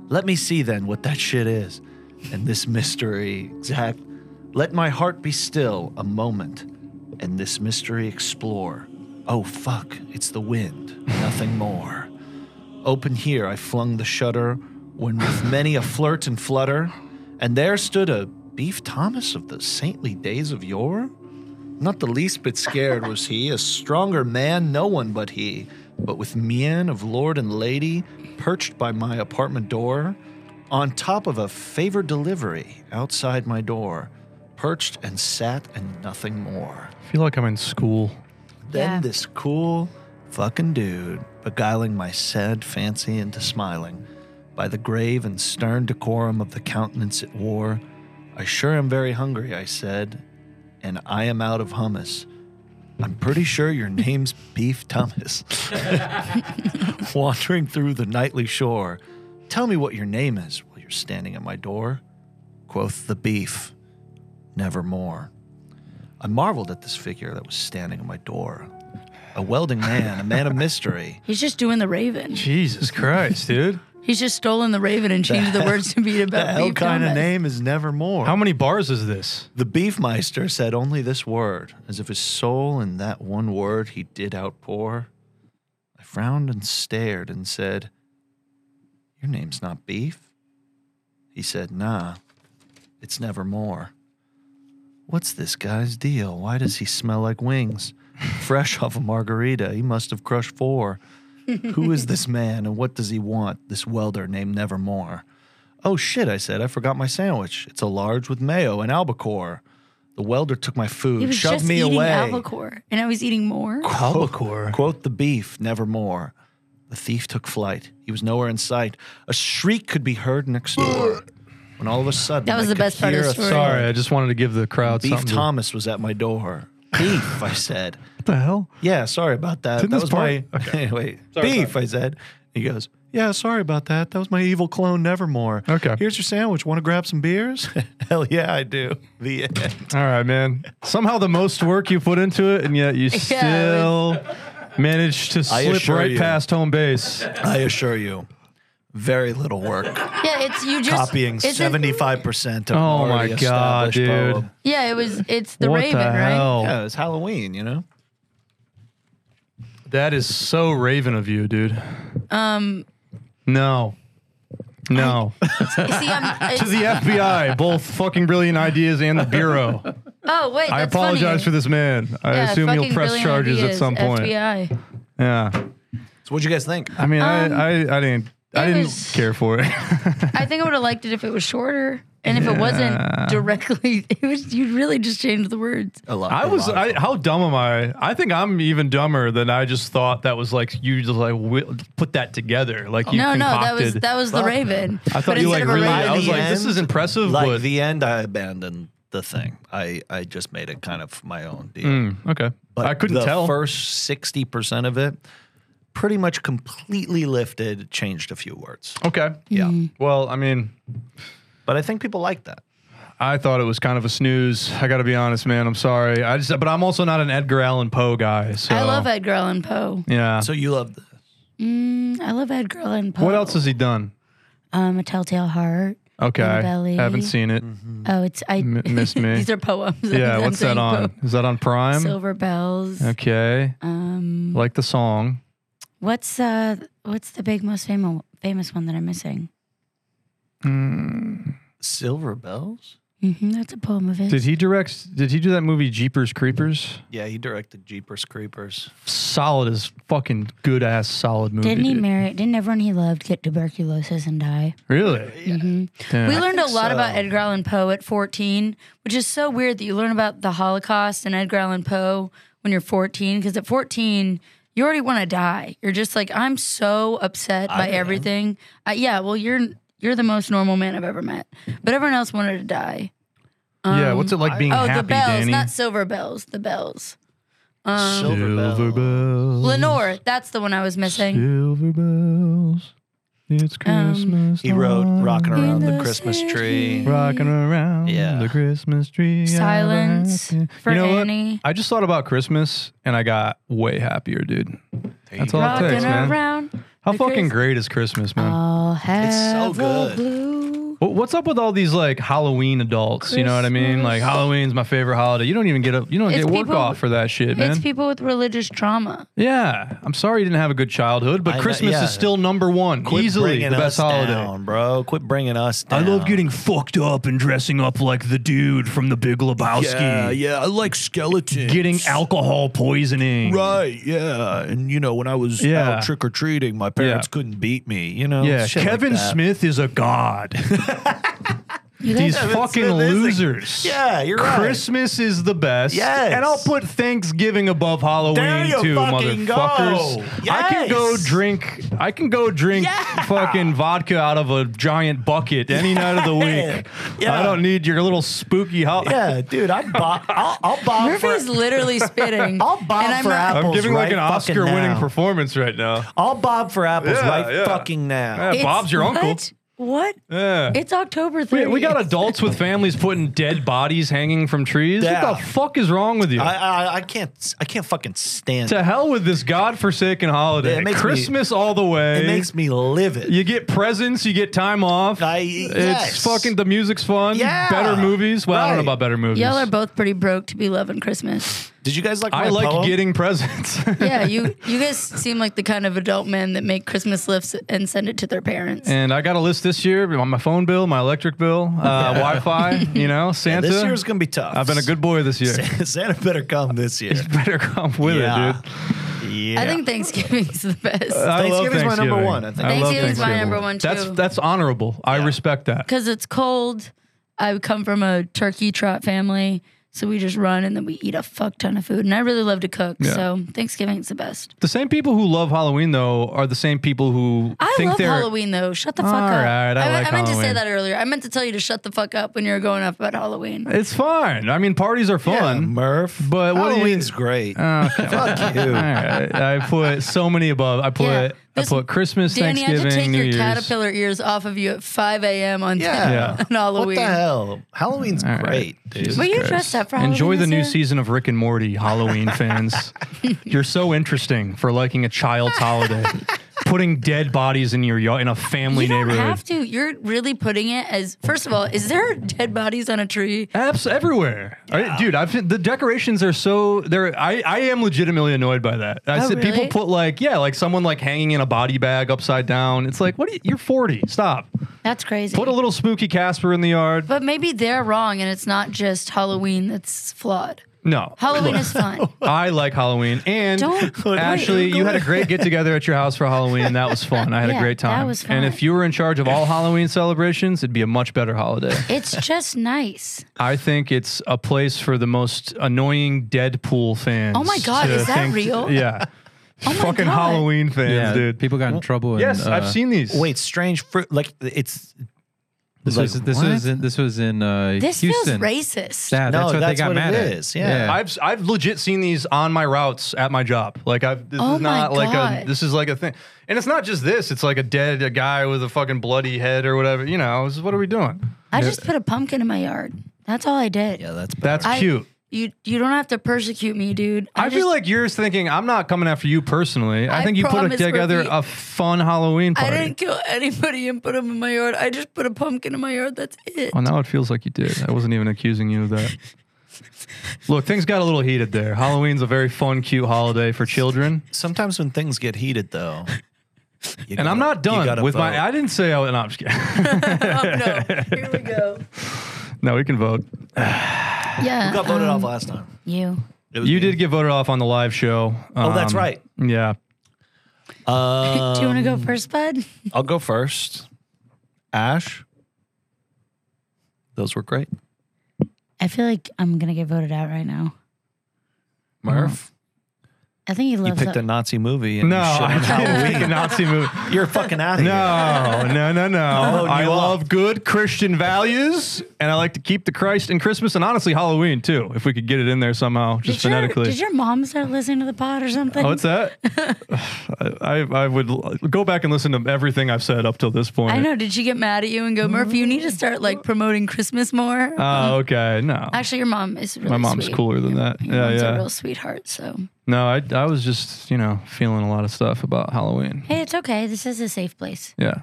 [SPEAKER 3] Let me see then what that shit is, and this mystery exact. Let my heart be still a moment, and this mystery explore. Oh fuck, it's the wind, nothing more. Open here, I flung the shutter, when with many a flirt and flutter, and there stood a Beef Thomas of the saintly days of yore. Not the least bit scared was he, a stronger man, no one but he. But with mien of lord and lady, perched by my apartment door, on top of a favored delivery outside my door, perched and sat and nothing more.
[SPEAKER 4] I feel like I'm in school.
[SPEAKER 3] Then
[SPEAKER 2] Yeah.
[SPEAKER 3] this cool fucking dude, beguiling my sad fancy into smiling, by the grave and stern decorum of the countenance it wore, I sure am very hungry, I said, and I am out of hummus. I'm pretty sure your name's Beef Thomas. Wandering through the nightly shore, tell me what your name is while you're standing at my door. Quoth the beef, nevermore. I marveled at this figure that was standing at my door. A welding man, a man of mystery.
[SPEAKER 2] He's just doing the Raven.
[SPEAKER 4] Jesus Christ, dude.
[SPEAKER 2] He's just stolen the Raven and changed the words to be
[SPEAKER 3] The
[SPEAKER 2] about
[SPEAKER 3] hell
[SPEAKER 2] beef
[SPEAKER 3] kind of
[SPEAKER 2] Thomas.
[SPEAKER 3] name is nevermore.
[SPEAKER 4] How many bars is this?
[SPEAKER 3] The beefmeister said only this word, as if his soul in that one word he did outpour. I frowned and stared and said, Your name's not beef. He said, Nah, it's nevermore. What's this guy's deal? Why does he smell like wings? Fresh off a margarita, he must have crushed four. Who is this man and what does he want, this welder named Nevermore? Oh shit, I said, I forgot my sandwich. It's a large with mayo and albacore. The welder took my
[SPEAKER 2] He
[SPEAKER 3] food,
[SPEAKER 2] was
[SPEAKER 3] shoved
[SPEAKER 2] just
[SPEAKER 3] me
[SPEAKER 2] eating
[SPEAKER 3] away.
[SPEAKER 2] albacore, and now he's eating more.
[SPEAKER 4] Albacore.
[SPEAKER 3] Quote the beef, nevermore. The thief took flight. He was nowhere in sight. A shriek could be heard next door. When all of a sudden,
[SPEAKER 2] That was
[SPEAKER 3] I
[SPEAKER 2] the
[SPEAKER 3] could
[SPEAKER 2] best part of
[SPEAKER 3] hear
[SPEAKER 2] the
[SPEAKER 3] a
[SPEAKER 2] story.
[SPEAKER 3] thud.
[SPEAKER 4] Sorry, I just wanted to give the crowd
[SPEAKER 3] Beef
[SPEAKER 4] something. to-
[SPEAKER 3] Thomas was at my door. Beef, I said.
[SPEAKER 4] what the hell?
[SPEAKER 3] Yeah, sorry about that.
[SPEAKER 4] Didn't
[SPEAKER 3] that
[SPEAKER 4] this
[SPEAKER 3] was my
[SPEAKER 4] part-
[SPEAKER 3] wait. beef, I said. He goes, Yeah, sorry about that. That was my evil clone Nevermore.
[SPEAKER 4] Okay.
[SPEAKER 3] Here's your sandwich. Want to grab some beers? Hell yeah, I do. The end.
[SPEAKER 4] All right, man. Somehow the most work you put into it, and yet you still managed to
[SPEAKER 3] I
[SPEAKER 4] slip
[SPEAKER 3] assure
[SPEAKER 4] right
[SPEAKER 3] you.
[SPEAKER 4] past home base.
[SPEAKER 3] I assure you, very little work.
[SPEAKER 2] Yeah, it's you just
[SPEAKER 3] Copying
[SPEAKER 2] it's a-
[SPEAKER 3] seventy five percent of an
[SPEAKER 4] Oh my
[SPEAKER 3] already
[SPEAKER 4] God,
[SPEAKER 3] established
[SPEAKER 4] dude.
[SPEAKER 3] poem.
[SPEAKER 2] Yeah, it was. It's the
[SPEAKER 4] what
[SPEAKER 2] Raven,
[SPEAKER 4] the
[SPEAKER 2] right?
[SPEAKER 4] hell?
[SPEAKER 3] Oh. Yeah, it's Halloween, you know.
[SPEAKER 4] That is so Raven of you, dude.
[SPEAKER 2] Um,
[SPEAKER 4] No. No.
[SPEAKER 2] see, I'm,
[SPEAKER 4] to the FBI, both fucking brilliant ideas and the bureau.
[SPEAKER 2] oh wait,
[SPEAKER 4] I
[SPEAKER 2] that's
[SPEAKER 4] apologize
[SPEAKER 2] funny.
[SPEAKER 4] for this man. I
[SPEAKER 2] Yeah,
[SPEAKER 4] assume you'll
[SPEAKER 2] fucking
[SPEAKER 4] press
[SPEAKER 2] brilliant
[SPEAKER 4] charges at
[SPEAKER 2] ideas,
[SPEAKER 4] some point.
[SPEAKER 2] FBI.
[SPEAKER 4] Yeah.
[SPEAKER 3] So what'd you guys think?
[SPEAKER 4] I mean,
[SPEAKER 2] Um,
[SPEAKER 4] I, I, I didn't, I
[SPEAKER 2] it
[SPEAKER 4] didn't
[SPEAKER 2] was-
[SPEAKER 4] care for it.
[SPEAKER 2] I think I would have liked it if it was shorter. And if it
[SPEAKER 4] Yeah.
[SPEAKER 2] wasn't directly, it was you really just changed the words.
[SPEAKER 3] A lot.
[SPEAKER 4] I
[SPEAKER 3] a
[SPEAKER 4] was.
[SPEAKER 3] lot.
[SPEAKER 4] I, how dumb am I? I think I'm even dumber than I just thought. That was like you just like wi- put that together. Like you
[SPEAKER 2] no, no, that was
[SPEAKER 4] concocted.
[SPEAKER 2] that was the
[SPEAKER 3] Fuck.
[SPEAKER 2] Raven.
[SPEAKER 4] I thought
[SPEAKER 2] But
[SPEAKER 4] you
[SPEAKER 2] instead
[SPEAKER 4] like
[SPEAKER 2] of a
[SPEAKER 4] really.
[SPEAKER 2] raven-
[SPEAKER 4] I was
[SPEAKER 3] the
[SPEAKER 4] like, this
[SPEAKER 3] end,
[SPEAKER 4] is impressive.
[SPEAKER 3] like
[SPEAKER 4] but
[SPEAKER 3] the end. I abandoned the thing. I I just made it kind of my own deal.
[SPEAKER 4] Mm, okay,
[SPEAKER 3] But
[SPEAKER 4] I couldn't
[SPEAKER 3] the
[SPEAKER 4] tell.
[SPEAKER 3] First sixty percent of it, pretty much completely lifted. Changed a few words,
[SPEAKER 4] okay,
[SPEAKER 3] Yeah.
[SPEAKER 4] Mm. Well, I mean,
[SPEAKER 3] but I think people like that.
[SPEAKER 4] I thought it was kind of a snooze. I got to be honest, man. I'm sorry. I just, but I'm also not an Edgar Allan Poe guy. So
[SPEAKER 2] I love Edgar Allan Poe.
[SPEAKER 4] Yeah.
[SPEAKER 3] So you love this.
[SPEAKER 2] Mm, I love Edgar Allan Poe.
[SPEAKER 4] what else has he done?
[SPEAKER 2] Um, a Telltale Heart.
[SPEAKER 4] Okay,
[SPEAKER 2] Annabelle.
[SPEAKER 4] haven't seen it.
[SPEAKER 2] Oh, it's I
[SPEAKER 4] M- Miss Me.
[SPEAKER 2] these are poems.
[SPEAKER 4] Yeah,
[SPEAKER 2] I'm
[SPEAKER 4] what's that
[SPEAKER 2] saying
[SPEAKER 4] on?
[SPEAKER 2] poe-
[SPEAKER 4] Is that on Prime?
[SPEAKER 2] Silver bells.
[SPEAKER 4] Okay,
[SPEAKER 2] Um,
[SPEAKER 4] like the song.
[SPEAKER 2] what's uh, what's the big most famous famous one that I'm missing?
[SPEAKER 3] Silver Bells.
[SPEAKER 2] hmm that's a poem of his.
[SPEAKER 4] Did he direct? Did he do that movie Jeepers Creepers?
[SPEAKER 3] Yeah, he directed Jeepers Creepers.
[SPEAKER 4] Solid as fucking good ass solid movie.
[SPEAKER 2] Didn't he
[SPEAKER 4] dude.
[SPEAKER 2] marry? Didn't everyone he loved get tuberculosis and die?
[SPEAKER 4] Really?
[SPEAKER 2] Mhm.
[SPEAKER 4] Damn.
[SPEAKER 2] We learned a lot
[SPEAKER 3] so.
[SPEAKER 2] about Edgar Allan Poe at 14, which is so weird that you learn about the Holocaust and Edgar Allan Poe when you're 14. Because at 14, you already want to die. You're just like, I'm so upset by
[SPEAKER 3] am.
[SPEAKER 2] everything. Uh, yeah, well, you're you're the most normal man I've ever met, but everyone else wanted to die.
[SPEAKER 4] yeah. What's it like being
[SPEAKER 2] oh,
[SPEAKER 4] happy,
[SPEAKER 2] the bells,
[SPEAKER 4] Danny?
[SPEAKER 2] not silver bells, the bells.
[SPEAKER 3] Silver,
[SPEAKER 4] Silver
[SPEAKER 3] Bells.
[SPEAKER 4] bells.
[SPEAKER 2] Lenore, that's the one I was missing.
[SPEAKER 4] Silver bells. It's
[SPEAKER 2] Um,
[SPEAKER 4] Christmas.
[SPEAKER 3] He wrote
[SPEAKER 4] time.
[SPEAKER 3] "Rocking Around
[SPEAKER 2] In
[SPEAKER 3] the
[SPEAKER 2] the
[SPEAKER 3] Christmas
[SPEAKER 2] city.
[SPEAKER 3] Tree."
[SPEAKER 4] Rocking around
[SPEAKER 3] Yeah.
[SPEAKER 4] the Christmas tree.
[SPEAKER 2] Silence
[SPEAKER 4] You
[SPEAKER 2] for
[SPEAKER 4] know what?
[SPEAKER 2] Annie.
[SPEAKER 4] I just thought about Christmas and I got way happier, dude. That's all it
[SPEAKER 2] Rocking
[SPEAKER 4] takes, man.
[SPEAKER 2] around.
[SPEAKER 4] How
[SPEAKER 2] the Uh,
[SPEAKER 4] fucking
[SPEAKER 2] Christ-
[SPEAKER 4] great is Christmas, man?
[SPEAKER 2] I'll have
[SPEAKER 3] so
[SPEAKER 2] a
[SPEAKER 3] good.
[SPEAKER 2] blue
[SPEAKER 4] Wh- What's up with all these like Halloween adults? You know what I mean? Like Halloween's my favorite holiday. You don't even get a you don't
[SPEAKER 2] It's
[SPEAKER 4] get work
[SPEAKER 2] people-
[SPEAKER 4] off for that shit,
[SPEAKER 2] It's
[SPEAKER 4] man.
[SPEAKER 2] people with religious trauma.
[SPEAKER 4] yeah, I'm sorry you didn't have a good childhood, but
[SPEAKER 3] I know-
[SPEAKER 4] Christmas
[SPEAKER 3] yeah.
[SPEAKER 4] is still number one, easily the
[SPEAKER 3] bringing us
[SPEAKER 4] best holiday.
[SPEAKER 3] down, bro. Quit bringing us down.
[SPEAKER 4] fucked up and dressing up like the dude from The Big Lebowski.
[SPEAKER 3] Yeah, yeah. I like skeletons.
[SPEAKER 4] alcohol poisoning.
[SPEAKER 3] Right, yeah. And you know, when I was
[SPEAKER 4] Yeah.
[SPEAKER 3] out trick or treating, my parents
[SPEAKER 4] Yeah.
[SPEAKER 3] couldn't beat me, you know?
[SPEAKER 4] Yeah,
[SPEAKER 3] shit like
[SPEAKER 4] Kevin
[SPEAKER 3] that.
[SPEAKER 4] Smith is a god.
[SPEAKER 2] You guys
[SPEAKER 4] These
[SPEAKER 3] Kevin Smith
[SPEAKER 4] fucking
[SPEAKER 3] is a-
[SPEAKER 4] losers.
[SPEAKER 3] Yeah, you're right.
[SPEAKER 4] Christmas is the best.
[SPEAKER 3] Yes.
[SPEAKER 4] And I'll put Thanksgiving above Halloween
[SPEAKER 3] There you
[SPEAKER 4] too,
[SPEAKER 3] fucking go.
[SPEAKER 4] motherfuckers. I can go
[SPEAKER 3] Yes.
[SPEAKER 4] drink I can go drink fucking vodka out of a giant bucket any night of the week.
[SPEAKER 3] Yeah.
[SPEAKER 4] I don't need your little spooky holiday.
[SPEAKER 3] Yeah, dude, I'd bob, I'll, I'll bob
[SPEAKER 2] Murphy's
[SPEAKER 3] for,
[SPEAKER 2] literally spitting.
[SPEAKER 3] I'll bob
[SPEAKER 2] And I'm
[SPEAKER 3] for
[SPEAKER 2] not-
[SPEAKER 3] apples
[SPEAKER 4] I'm giving
[SPEAKER 3] right
[SPEAKER 4] like an
[SPEAKER 3] fucking
[SPEAKER 4] Oscar winning
[SPEAKER 3] now.
[SPEAKER 4] performance right now.
[SPEAKER 3] I'll bob for apples
[SPEAKER 4] Yeah,
[SPEAKER 3] right
[SPEAKER 4] yeah.
[SPEAKER 3] fucking now.
[SPEAKER 4] Yeah,
[SPEAKER 2] It's-
[SPEAKER 4] Bob's your
[SPEAKER 2] what?
[SPEAKER 4] uncle.
[SPEAKER 2] What?
[SPEAKER 4] Yeah.
[SPEAKER 2] It's October 3rd.
[SPEAKER 4] We, we got adults with families putting dead bodies hanging from trees.
[SPEAKER 3] Yeah.
[SPEAKER 4] What the fuck is wrong with you?
[SPEAKER 3] I, I I can't I can't fucking stand it.
[SPEAKER 4] to hell with this godforsaken holiday.
[SPEAKER 3] It makes me-
[SPEAKER 4] Christmas all the way.
[SPEAKER 3] It makes me livid.
[SPEAKER 4] you get presents, you get time off.
[SPEAKER 3] I-
[SPEAKER 4] it's
[SPEAKER 3] yes.
[SPEAKER 4] fucking the music's fun.
[SPEAKER 3] Yeah.
[SPEAKER 4] Better movies. Well, I don't know
[SPEAKER 3] Right.
[SPEAKER 4] about better movies.
[SPEAKER 2] Y'all are both pretty broke to be loving Christmas.
[SPEAKER 3] Did you guys like my
[SPEAKER 4] I like
[SPEAKER 3] poem?
[SPEAKER 4] getting presents.
[SPEAKER 2] Yeah, you you guys seem like the kind of adult men that make Christmas gifts and send it to their parents.
[SPEAKER 4] and I got a list this year on my phone bill, my electric bill, uh, Wi Fi, you know, Santa.
[SPEAKER 3] This year's gonna be tough.
[SPEAKER 4] I've been a good boy this year.
[SPEAKER 3] Santa better come this year.
[SPEAKER 4] Better come with
[SPEAKER 3] Yeah.
[SPEAKER 4] it, dude.
[SPEAKER 3] Yeah.
[SPEAKER 2] I think Thanksgiving's the best.
[SPEAKER 4] I love
[SPEAKER 3] Thanksgiving's my number
[SPEAKER 4] Thanksgiving.
[SPEAKER 3] one, I think.
[SPEAKER 4] love
[SPEAKER 2] Thanksgiving's my number one, too.
[SPEAKER 4] That's that's honorable. I respect that.
[SPEAKER 2] Because it's cold. I come from a turkey trot family. So we just run and then we eat a fuck ton of food. And I really love to cook.
[SPEAKER 4] Yeah.
[SPEAKER 2] So Thanksgiving's the best.
[SPEAKER 4] The same people who love Halloween though are the same people who
[SPEAKER 2] I
[SPEAKER 4] think
[SPEAKER 2] love
[SPEAKER 4] they're
[SPEAKER 2] Halloween though. Shut the fuck
[SPEAKER 4] All
[SPEAKER 2] up.
[SPEAKER 4] right, I like
[SPEAKER 2] meant to say
[SPEAKER 4] Halloween.
[SPEAKER 2] that earlier. I meant to tell you to shut the fuck up when you were going off about Halloween.
[SPEAKER 4] It's fine. I mean, parties are
[SPEAKER 3] Yeah,
[SPEAKER 4] fun.
[SPEAKER 3] Murph.
[SPEAKER 4] But what do you- Uh,
[SPEAKER 3] Halloween's great.
[SPEAKER 4] Okay.
[SPEAKER 3] Fuck you.
[SPEAKER 4] All right. I put so many above. I put
[SPEAKER 2] Yeah.
[SPEAKER 4] I
[SPEAKER 2] This-
[SPEAKER 4] put Christmas,
[SPEAKER 2] Danny, I had to
[SPEAKER 4] Thanksgiving,
[SPEAKER 2] take
[SPEAKER 4] New
[SPEAKER 2] your
[SPEAKER 4] Year's.
[SPEAKER 2] caterpillar ears off of you at 5 a.m. on,
[SPEAKER 3] Yeah.
[SPEAKER 4] Yeah.
[SPEAKER 2] on Halloween.
[SPEAKER 3] What the hell? Halloween's great, dude.
[SPEAKER 4] Jesus
[SPEAKER 2] Were you
[SPEAKER 4] Christ.
[SPEAKER 2] dressed up for
[SPEAKER 4] Enjoy
[SPEAKER 2] Halloween
[SPEAKER 4] the
[SPEAKER 2] this
[SPEAKER 4] new
[SPEAKER 2] year?
[SPEAKER 4] season of Rick and Morty, Halloween fans. You're so interesting for liking a child's holiday, putting dead bodies in your yard in a family
[SPEAKER 2] You don't
[SPEAKER 4] neighborhood.
[SPEAKER 2] have to. You're really putting it as first of all, is there dead bodies on a tree?
[SPEAKER 4] Apps everywhere, All right, dude. I've the decorations are so there. I I am legitimately annoyed by that. I
[SPEAKER 2] Oh,
[SPEAKER 4] said people
[SPEAKER 2] really?
[SPEAKER 4] put like yeah, like someone like hanging in a body bag upside down. It's like what? Are you, you're 40. Stop.
[SPEAKER 2] That's crazy.
[SPEAKER 4] Put a little spooky Casper in the yard.
[SPEAKER 2] but maybe they're wrong and it's not just Halloween that's flawed.
[SPEAKER 4] No.
[SPEAKER 2] Halloween is fun.
[SPEAKER 4] I like Halloween. And
[SPEAKER 2] Don't-
[SPEAKER 4] Ashley,
[SPEAKER 2] wait.
[SPEAKER 4] you had a great get together at your house for Halloween. That was fun. I had
[SPEAKER 2] Yeah,
[SPEAKER 4] a great
[SPEAKER 2] that
[SPEAKER 4] time.
[SPEAKER 2] was fun.
[SPEAKER 4] And if you were in charge of all Halloween celebrations, it'd be a much better holiday.
[SPEAKER 2] It's just nice.
[SPEAKER 4] I think it's a place for the most annoying Deadpool fans.
[SPEAKER 2] Oh my God,
[SPEAKER 4] to
[SPEAKER 2] is that
[SPEAKER 4] think-
[SPEAKER 2] real? Oh
[SPEAKER 4] Yeah.
[SPEAKER 2] my
[SPEAKER 4] Fucking
[SPEAKER 2] God.
[SPEAKER 4] Halloween fans, dude.
[SPEAKER 5] People got in trouble.
[SPEAKER 4] yes,
[SPEAKER 5] in, uh,
[SPEAKER 4] I've seen these.
[SPEAKER 3] Wait, strange fruit. Like it's
[SPEAKER 5] This
[SPEAKER 3] Like,
[SPEAKER 5] was this
[SPEAKER 3] what?
[SPEAKER 5] was in, this was in uh,
[SPEAKER 2] This feels
[SPEAKER 5] Houston.
[SPEAKER 2] racist.
[SPEAKER 3] No,
[SPEAKER 5] Yeah, that's what
[SPEAKER 3] that's
[SPEAKER 5] they got
[SPEAKER 3] what it
[SPEAKER 5] mad at.
[SPEAKER 3] is, yeah.
[SPEAKER 4] I've I've legit seen these on my routes at my job. Like I've this
[SPEAKER 2] Oh
[SPEAKER 4] is
[SPEAKER 2] my
[SPEAKER 4] not like a
[SPEAKER 2] God.
[SPEAKER 4] this is like a thing, and it's not just this. It's like a dead a guy with a fucking bloody head or whatever. You know, it's- what are we doing?
[SPEAKER 2] I just put a pumpkin in my yard. That's all I did.
[SPEAKER 3] yeah, that's
[SPEAKER 4] That's
[SPEAKER 2] I-
[SPEAKER 4] cute.
[SPEAKER 2] You you don't have to persecute me, dude.
[SPEAKER 4] I,
[SPEAKER 2] just-
[SPEAKER 4] feel like you're thinking I'm not coming after you personally. I,
[SPEAKER 2] I
[SPEAKER 4] think you put
[SPEAKER 2] promise,
[SPEAKER 4] together
[SPEAKER 2] Ravi.
[SPEAKER 4] a fun Halloween
[SPEAKER 2] I
[SPEAKER 4] party.
[SPEAKER 2] didn't kill anybody and put them in my yard. I just put a pumpkin in my yard. That's it.
[SPEAKER 4] Well, Oh, now it feels like you did. I wasn't even accusing you of that. Look, things got a little heated there. Halloween's a very fun, cute holiday for children.
[SPEAKER 3] sometimes when things get heated though. you
[SPEAKER 4] And
[SPEAKER 3] gotta-
[SPEAKER 4] I'm not
[SPEAKER 3] you
[SPEAKER 4] done
[SPEAKER 3] gotta
[SPEAKER 4] with
[SPEAKER 3] vote.
[SPEAKER 4] my. I didn't say I was. No, I'm just kidding.
[SPEAKER 2] Oh no! Here we go.
[SPEAKER 4] no, we can vote.
[SPEAKER 2] Yeah.
[SPEAKER 3] got voted
[SPEAKER 2] um,
[SPEAKER 3] off last time.
[SPEAKER 2] You.
[SPEAKER 3] It was
[SPEAKER 4] You
[SPEAKER 3] me.
[SPEAKER 4] did get voted off on the live show.
[SPEAKER 3] Oh, that's
[SPEAKER 4] Um,
[SPEAKER 3] right.
[SPEAKER 4] Yeah.
[SPEAKER 2] Do you want to go
[SPEAKER 4] Um,
[SPEAKER 2] first, bud?
[SPEAKER 3] I'll go first. Ash. Those were great.
[SPEAKER 2] I feel like I'm gonna get voted out right now.
[SPEAKER 3] Murph.
[SPEAKER 2] Uh-huh. I think he
[SPEAKER 3] You
[SPEAKER 2] loves
[SPEAKER 3] picked a
[SPEAKER 2] it.
[SPEAKER 3] Nazi movie and
[SPEAKER 4] No,
[SPEAKER 3] you shit on
[SPEAKER 4] I didn't
[SPEAKER 3] Halloween.
[SPEAKER 4] pick a Nazi movie.
[SPEAKER 3] You're fucking out of here.
[SPEAKER 4] No, no, no, no.
[SPEAKER 3] voting
[SPEAKER 4] I
[SPEAKER 3] you off.
[SPEAKER 4] love good Christian values, and I like to keep the Christ in Christmas, and honestly, Halloween too. If we could get it in there somehow, just
[SPEAKER 2] Did your,
[SPEAKER 4] phonetically.
[SPEAKER 2] did your mom start listening to the pod or something?
[SPEAKER 4] Oh, what's that? I, I I would l- go back and listen to everything I've said up till this point.
[SPEAKER 2] I know. Did she get mad at you and go, Murph, you need to start like promoting Christmas more?
[SPEAKER 4] Oh, okay. No,
[SPEAKER 2] Actually, your mom is really
[SPEAKER 4] my mom's
[SPEAKER 2] sweet.
[SPEAKER 4] cooler than that.
[SPEAKER 2] Your
[SPEAKER 4] Yeah,
[SPEAKER 2] mom's
[SPEAKER 4] yeah.
[SPEAKER 2] a real sweetheart. So,
[SPEAKER 4] no, I I was just you know feeling a lot of stuff about Halloween.
[SPEAKER 2] hey, it's okay. This is a safe place.
[SPEAKER 4] Yeah,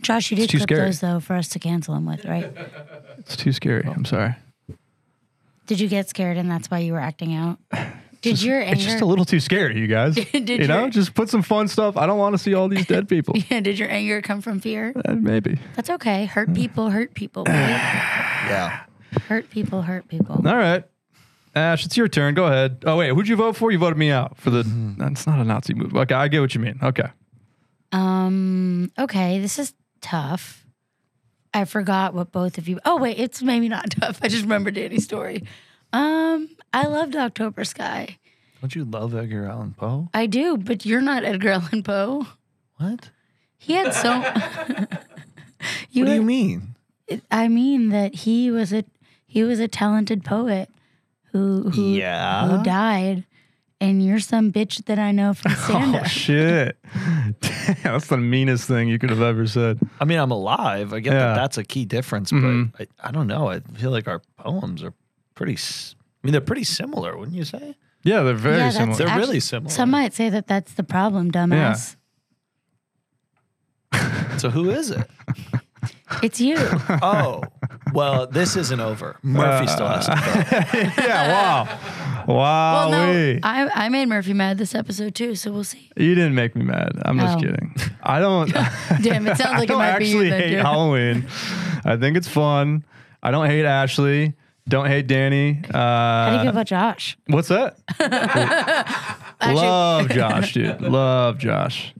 [SPEAKER 2] Josh, you did
[SPEAKER 4] It's too
[SPEAKER 2] clip
[SPEAKER 4] scary.
[SPEAKER 2] those though for us to cancel them with, right?
[SPEAKER 4] it's too scary. I'm sorry.
[SPEAKER 2] Did you get scared and that's why you were acting out? Did your anger?
[SPEAKER 4] It's just a little too scary, you guys.
[SPEAKER 2] Did
[SPEAKER 4] you know,
[SPEAKER 2] you-
[SPEAKER 4] just put some fun stuff. I don't want to see all these dead people.
[SPEAKER 2] yeah, did your anger come from fear?
[SPEAKER 4] Uh, Maybe.
[SPEAKER 2] That's okay. Hurt people, hurt people. baby.
[SPEAKER 3] Yeah.
[SPEAKER 2] hurt people, hurt people.
[SPEAKER 4] All right. Ash, it's your turn. Go ahead. Oh wait, who'd you vote for? You voted me out for the. That's not a Nazi move. Okay, I get what you mean. Okay.
[SPEAKER 2] Um. Okay, this is tough. I forgot what both of you. Oh wait, it's maybe not tough. I just remember Danny's story. Um, I loved October Sky.
[SPEAKER 3] Don't you love Edgar Allan Poe?
[SPEAKER 2] I do, but you're not Edgar Allan Poe.
[SPEAKER 3] What?
[SPEAKER 2] He had so. you,
[SPEAKER 3] What do you
[SPEAKER 2] had-
[SPEAKER 3] mean?
[SPEAKER 2] I mean that he was a he was a talented poet who who
[SPEAKER 3] Yeah.
[SPEAKER 2] who died, and you're some bitch that I know from stand
[SPEAKER 4] Oh shit! Damn, that's the meanest thing you could have ever said.
[SPEAKER 3] I mean, I'm alive. I get
[SPEAKER 4] Yeah.
[SPEAKER 3] that that's a key difference,
[SPEAKER 4] Mhm.
[SPEAKER 3] but I, I don't know. I feel like our poems are pretty, s- I mean, they're pretty similar, wouldn't you say?
[SPEAKER 4] Yeah, they're very
[SPEAKER 2] Yeah, that's-
[SPEAKER 4] similar.
[SPEAKER 3] They're
[SPEAKER 2] Actu-
[SPEAKER 3] really similar.
[SPEAKER 2] Some might say that that's the problem, dumbass.
[SPEAKER 3] so who is it?
[SPEAKER 2] It's you.
[SPEAKER 3] Oh, well, this isn't over. Murphy still has to go.
[SPEAKER 4] yeah. Wow.
[SPEAKER 2] Well,
[SPEAKER 4] Wow.
[SPEAKER 2] no, I, I made Murphy mad this episode too, so we'll see.
[SPEAKER 4] You didn't make me mad. I'm just
[SPEAKER 2] Oh.
[SPEAKER 4] kidding. I don't.
[SPEAKER 2] Damn, it sounds
[SPEAKER 4] I
[SPEAKER 2] like it
[SPEAKER 4] don't
[SPEAKER 2] might be you
[SPEAKER 4] actually
[SPEAKER 2] then,
[SPEAKER 4] hate
[SPEAKER 2] dude.
[SPEAKER 4] Halloween. I think it's fun. I don't hate Ashley. Don't hate Danny.
[SPEAKER 2] How do
[SPEAKER 4] Uh,
[SPEAKER 2] you feel about Josh?
[SPEAKER 4] what's that? Love Josh, dude. Love Josh.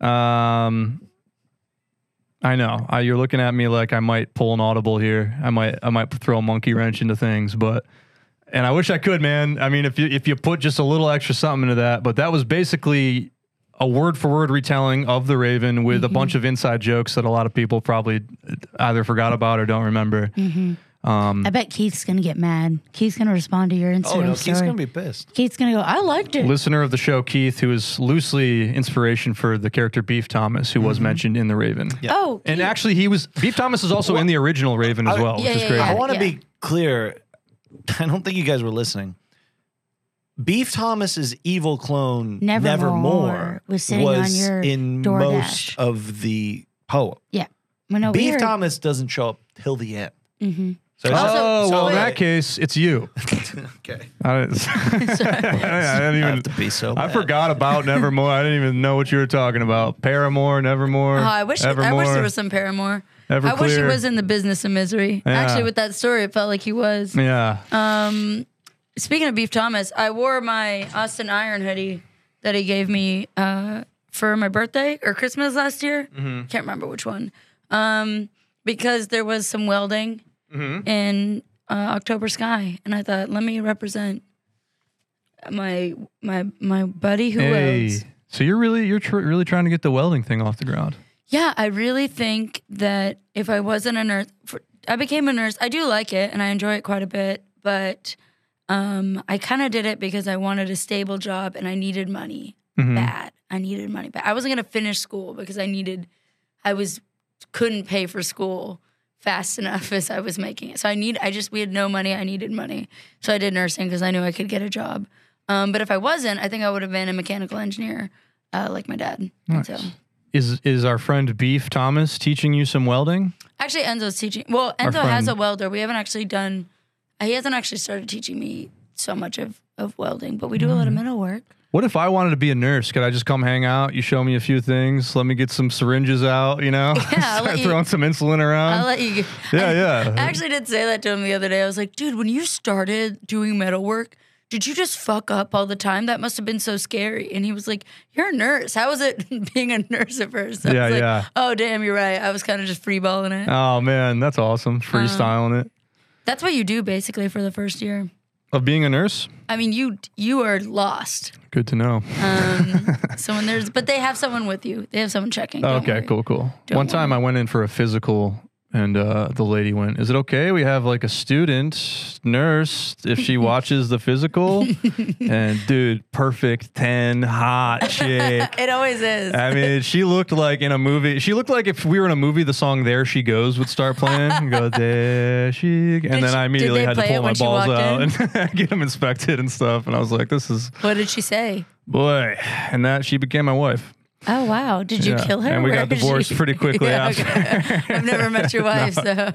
[SPEAKER 4] Um, I know. I, you're looking at me like I might pull an audible here. I might. I might throw a monkey wrench into things, but. And I wish I could, man. I mean, if you if you put just a little extra something into that, but that was basically a word for word retelling of the Raven with a bunch of inside jokes that a lot of people probably either forgot about or don't remember. Mm.
[SPEAKER 2] I bet Keith's gonna get mad. Keith's gonna respond to your Instagram
[SPEAKER 3] Oh, no,
[SPEAKER 2] story.
[SPEAKER 3] he's going to be pissed.
[SPEAKER 2] Keith's gonna go. I liked it.
[SPEAKER 4] listener of the show, Keith, who is loosely inspiration for the character Beef Thomas, who was mentioned in The Raven.
[SPEAKER 2] Oh,
[SPEAKER 4] And
[SPEAKER 2] Keith.
[SPEAKER 4] actually, he was Beef Thomas is also in the original Raven as
[SPEAKER 3] I-
[SPEAKER 4] well,
[SPEAKER 2] Yeah,
[SPEAKER 4] which is
[SPEAKER 2] yeah,
[SPEAKER 4] crazy.
[SPEAKER 2] yeah.
[SPEAKER 3] I want to
[SPEAKER 2] yeah.
[SPEAKER 3] be clear. I don't think you guys were listening. Beef Thomas's evil clone,
[SPEAKER 2] Nevermore
[SPEAKER 3] Nevermore,
[SPEAKER 2] was sitting on
[SPEAKER 3] was
[SPEAKER 2] your
[SPEAKER 3] in
[SPEAKER 2] DoorDash.
[SPEAKER 3] most of the poem.
[SPEAKER 2] Well, no, we
[SPEAKER 3] Beef
[SPEAKER 2] were-
[SPEAKER 3] Thomas doesn't show up till the end.
[SPEAKER 2] Mhm.
[SPEAKER 3] So it's just-
[SPEAKER 4] Oh
[SPEAKER 2] Also-
[SPEAKER 4] well, in
[SPEAKER 3] so-
[SPEAKER 4] that case, it's you.
[SPEAKER 3] okay.
[SPEAKER 4] I didn't, I didn't
[SPEAKER 3] I
[SPEAKER 4] even.
[SPEAKER 3] have to be so.
[SPEAKER 4] I
[SPEAKER 3] bad.
[SPEAKER 4] forgot about Nevermore. I didn't even know what you were talking about. Paramore, Nevermore.
[SPEAKER 2] Oh, I wish I
[SPEAKER 4] Evermore,
[SPEAKER 2] wish there was some Paramore. I wish he
[SPEAKER 4] Everclear.
[SPEAKER 2] was in the business of misery.
[SPEAKER 4] Yeah.
[SPEAKER 2] Actually, with that story, it felt like he was.
[SPEAKER 4] Yeah.
[SPEAKER 2] Um, Speaking of Beef Thomas, I wore my Austin Iron hoodie that he gave me uh, for my birthday or Christmas last year. Can't remember which one. Um, because there was some welding in uh, October Sky, and I thought, let me represent my my my buddy who welds.
[SPEAKER 4] So you're really you're tr- really trying to get the welding thing off the ground.
[SPEAKER 2] Yeah, I really think that if I wasn't a nurse, for, I became a nurse. I do like it and I enjoy it quite a bit, but um, I kind of did it because I wanted a stable job and I needed money bad. I needed money bad. I wasn't going to finish school because I needed, I was couldn't pay for school fast enough as I was making it. So I need, I just we had no money. I needed money, so I did nursing because I knew I could get a job. Um, but if I wasn't, I think I would have been a mechanical engineer uh, like my dad. And So.
[SPEAKER 4] Is is our friend Beef Thomas teaching you some welding?
[SPEAKER 2] Actually, Enzo's teaching. Well, Enzo has a
[SPEAKER 4] friend-
[SPEAKER 2] welder. We haven't actually done. He hasn't actually started teaching me so much of, of welding, but we do a
[SPEAKER 4] Mm-hmm.
[SPEAKER 2] lot of metal work.
[SPEAKER 4] What if I wanted to be a nurse? Could I just come hang out? You show me a few things. Let me get some syringes out. You know,
[SPEAKER 2] I'll
[SPEAKER 4] start
[SPEAKER 2] let you-
[SPEAKER 4] throwing some insulin around.
[SPEAKER 2] I'll let you.
[SPEAKER 4] yeah,
[SPEAKER 2] I,
[SPEAKER 4] yeah.
[SPEAKER 2] I actually did say that to him the other day. I was like, dude, when you started doing metal work, did you just fuck up all the time? That must have been so scary. And he was like, you're a nurse. How is it being a nurse at first? I
[SPEAKER 4] Yeah,
[SPEAKER 2] was like,
[SPEAKER 4] yeah.
[SPEAKER 2] Oh, damn, you're right. I was kind of just freeballing it.
[SPEAKER 4] oh man, that's
[SPEAKER 2] um,
[SPEAKER 4] awesome! Freestyling it
[SPEAKER 2] That's what you do basically for the first year.
[SPEAKER 4] of being a nurse.
[SPEAKER 2] I mean, you you are lost.
[SPEAKER 4] Good to know.
[SPEAKER 2] Um, so when there's, but they have someone with you. They have someone checking. Oh, Don't
[SPEAKER 4] okay,
[SPEAKER 2] worry.
[SPEAKER 4] cool, cool.
[SPEAKER 2] Don't
[SPEAKER 4] One time I went in for a physical and uh, the lady went, Is it okay? We have like a student nurse if she watches the physical. and dude, perfect 10, hot chick.
[SPEAKER 2] It always is.
[SPEAKER 4] I mean, she looked like in a movie. She looked like if we were in a movie, the song "There She Goes" would start playing. And go there she, g-" and
[SPEAKER 2] Did
[SPEAKER 4] then
[SPEAKER 2] she-
[SPEAKER 4] I
[SPEAKER 2] did
[SPEAKER 4] immediately
[SPEAKER 2] they
[SPEAKER 4] had to
[SPEAKER 2] play it
[SPEAKER 4] pull my
[SPEAKER 2] when she
[SPEAKER 4] balls
[SPEAKER 2] walked
[SPEAKER 4] out
[SPEAKER 2] in?
[SPEAKER 4] and get them inspected and stuff. And I was like, "This is
[SPEAKER 2] what did she say?
[SPEAKER 4] boy," and that she became my wife.
[SPEAKER 2] Oh wow! Did you
[SPEAKER 4] Yeah,
[SPEAKER 2] kill her?
[SPEAKER 4] and we
[SPEAKER 2] Where
[SPEAKER 4] got
[SPEAKER 2] did
[SPEAKER 4] divorced pretty quickly after.
[SPEAKER 2] okay. I've never met your wife, so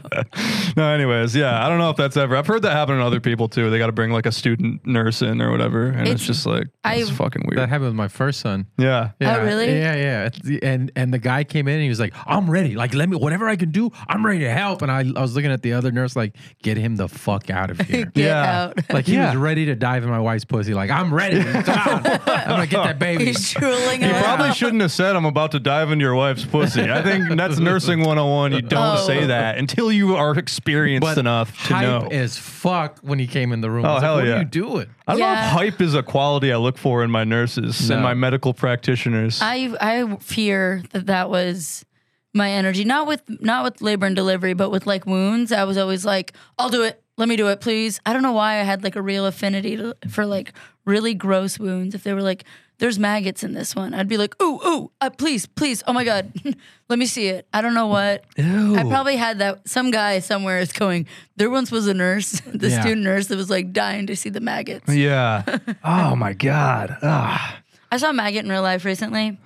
[SPEAKER 4] No, anyways, yeah, I don't know if that's ever. I've heard that happen to other people too. They got to bring like a student nurse in or whatever, and it's,
[SPEAKER 2] It's-
[SPEAKER 4] just like
[SPEAKER 2] I-
[SPEAKER 4] that's fucking weird.
[SPEAKER 5] That happened with my first son.
[SPEAKER 4] yeah,
[SPEAKER 5] Yeah,
[SPEAKER 2] Oh, really?
[SPEAKER 5] Yeah, yeah. It's the- And and the guy came in and he was like, "I'm ready. Like, let me whatever I can do. I'm ready to help." And I, I was looking at the other nurse like, "Get him the fuck out of here."
[SPEAKER 2] get out.
[SPEAKER 5] Like he
[SPEAKER 4] Yeah.
[SPEAKER 5] was ready to dive in my wife's pussy. Like I'm ready. Come on. I'm gonna get that baby.
[SPEAKER 2] He's drooling.
[SPEAKER 4] You
[SPEAKER 2] around.
[SPEAKER 4] probably shouldn't have said I'm about to dive into your wife's pussy. I think that's nursing 101. You don't
[SPEAKER 2] Oh.
[SPEAKER 4] say that until you are experienced
[SPEAKER 5] But
[SPEAKER 4] enough to
[SPEAKER 5] hype
[SPEAKER 4] know.
[SPEAKER 5] as fuck when he came in the room.
[SPEAKER 4] Oh,
[SPEAKER 5] I was like,
[SPEAKER 4] hell
[SPEAKER 5] what
[SPEAKER 4] yeah.
[SPEAKER 5] are you doing?
[SPEAKER 4] I don't know
[SPEAKER 2] Yeah.
[SPEAKER 4] if hype is a quality I look for in my nurses and
[SPEAKER 5] No.
[SPEAKER 4] my medical practitioners.
[SPEAKER 2] I I fear that that was my energy. Not with not with labor and delivery, but with like wounds. I was always like, I'll do it. Let me do it, please. I don't know why I had like a real affinity to, for like really gross wounds. If they were like, there's maggots in this one, I'd be like, ooh, ooh, uh, please, please, oh my god, let me see it. I don't know what. I probably had that. Some guy somewhere is going. There once was a nurse, the
[SPEAKER 5] Yeah.
[SPEAKER 2] student nurse that was like dying to see the maggots.
[SPEAKER 4] yeah. oh my god. Ah.
[SPEAKER 2] I saw a maggot in real life recently,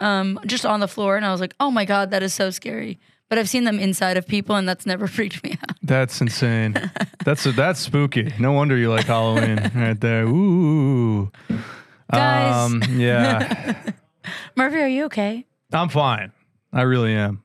[SPEAKER 2] um, just on the floor, and I was like, "Oh my god, that is so scary." But I've seen them inside of people, and that's never freaked me out.
[SPEAKER 4] That's insane. that's that's spooky. No wonder you like Halloween right there. Ooh.
[SPEAKER 2] Guys,
[SPEAKER 4] Um, yeah.
[SPEAKER 2] Murphy, are you okay?
[SPEAKER 4] I'm fine. I really am.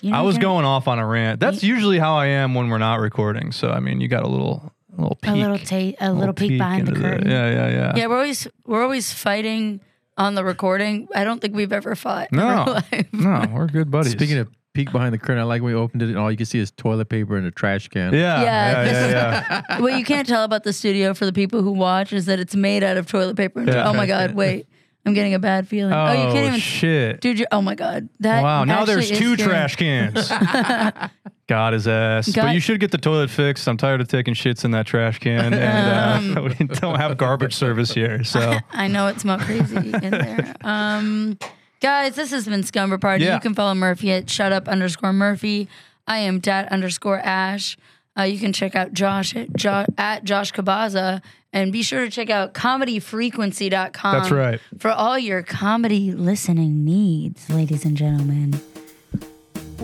[SPEAKER 2] You
[SPEAKER 4] I
[SPEAKER 2] know
[SPEAKER 4] was
[SPEAKER 2] you're-
[SPEAKER 4] going off on a rant. That's usually how I am when we're not recording. So I mean, you got a little a little peek,
[SPEAKER 2] a little ta- a little peek, behind the
[SPEAKER 4] into
[SPEAKER 2] curtain.
[SPEAKER 4] yeah, yeah, yeah.
[SPEAKER 2] Yeah, we're always we're always fighting on the recording. I don't think we've ever fought. in real
[SPEAKER 4] No,
[SPEAKER 2] life.
[SPEAKER 4] no, we're good buddies.
[SPEAKER 5] Speaking of peek behind the curtain, I like when we opened it and all you could see is toilet paper and a trash can.
[SPEAKER 4] yeah,
[SPEAKER 2] Yeah,
[SPEAKER 4] yeah,
[SPEAKER 2] this
[SPEAKER 4] yeah,
[SPEAKER 2] is-
[SPEAKER 4] yeah.
[SPEAKER 2] what you can't tell about the studio for the people who watch is that it's made out of toilet paper. And
[SPEAKER 4] Yeah.
[SPEAKER 2] oh my god, wait, I'm getting a bad feeling. Oh, you can't even.
[SPEAKER 4] shit!
[SPEAKER 2] Dude, you're, oh my God! That
[SPEAKER 4] wow, now there's
[SPEAKER 2] actually is
[SPEAKER 4] two
[SPEAKER 2] scary.
[SPEAKER 4] trash cans. God his ass. but
[SPEAKER 2] God-
[SPEAKER 4] you should get the toilet fixed. I'm tired of taking shits in that trash can,
[SPEAKER 2] Um.
[SPEAKER 4] and uh, we don't have garbage service here. So
[SPEAKER 2] I know it smelled crazy in there. Um, guys, this has been Scumber Party.
[SPEAKER 4] Yeah.
[SPEAKER 2] You can follow Murphy at shut up underscore Murphy. I am dat underscore Ash. Uh, you can check out Josh at, jo- at Josh Cabaza and be sure to check out comedyfrequency.com.
[SPEAKER 4] That's right.
[SPEAKER 2] For all your comedy listening needs, ladies and gentlemen.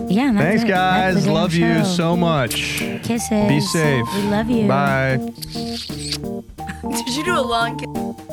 [SPEAKER 2] Yeah. and that's
[SPEAKER 4] thanks,
[SPEAKER 2] it. That's the
[SPEAKER 4] guys.
[SPEAKER 2] damn
[SPEAKER 4] Love you
[SPEAKER 2] show.
[SPEAKER 4] so much.
[SPEAKER 2] Kisses.
[SPEAKER 4] Be safe.
[SPEAKER 2] We love you.
[SPEAKER 4] Bye.
[SPEAKER 2] Did you do a long kiss?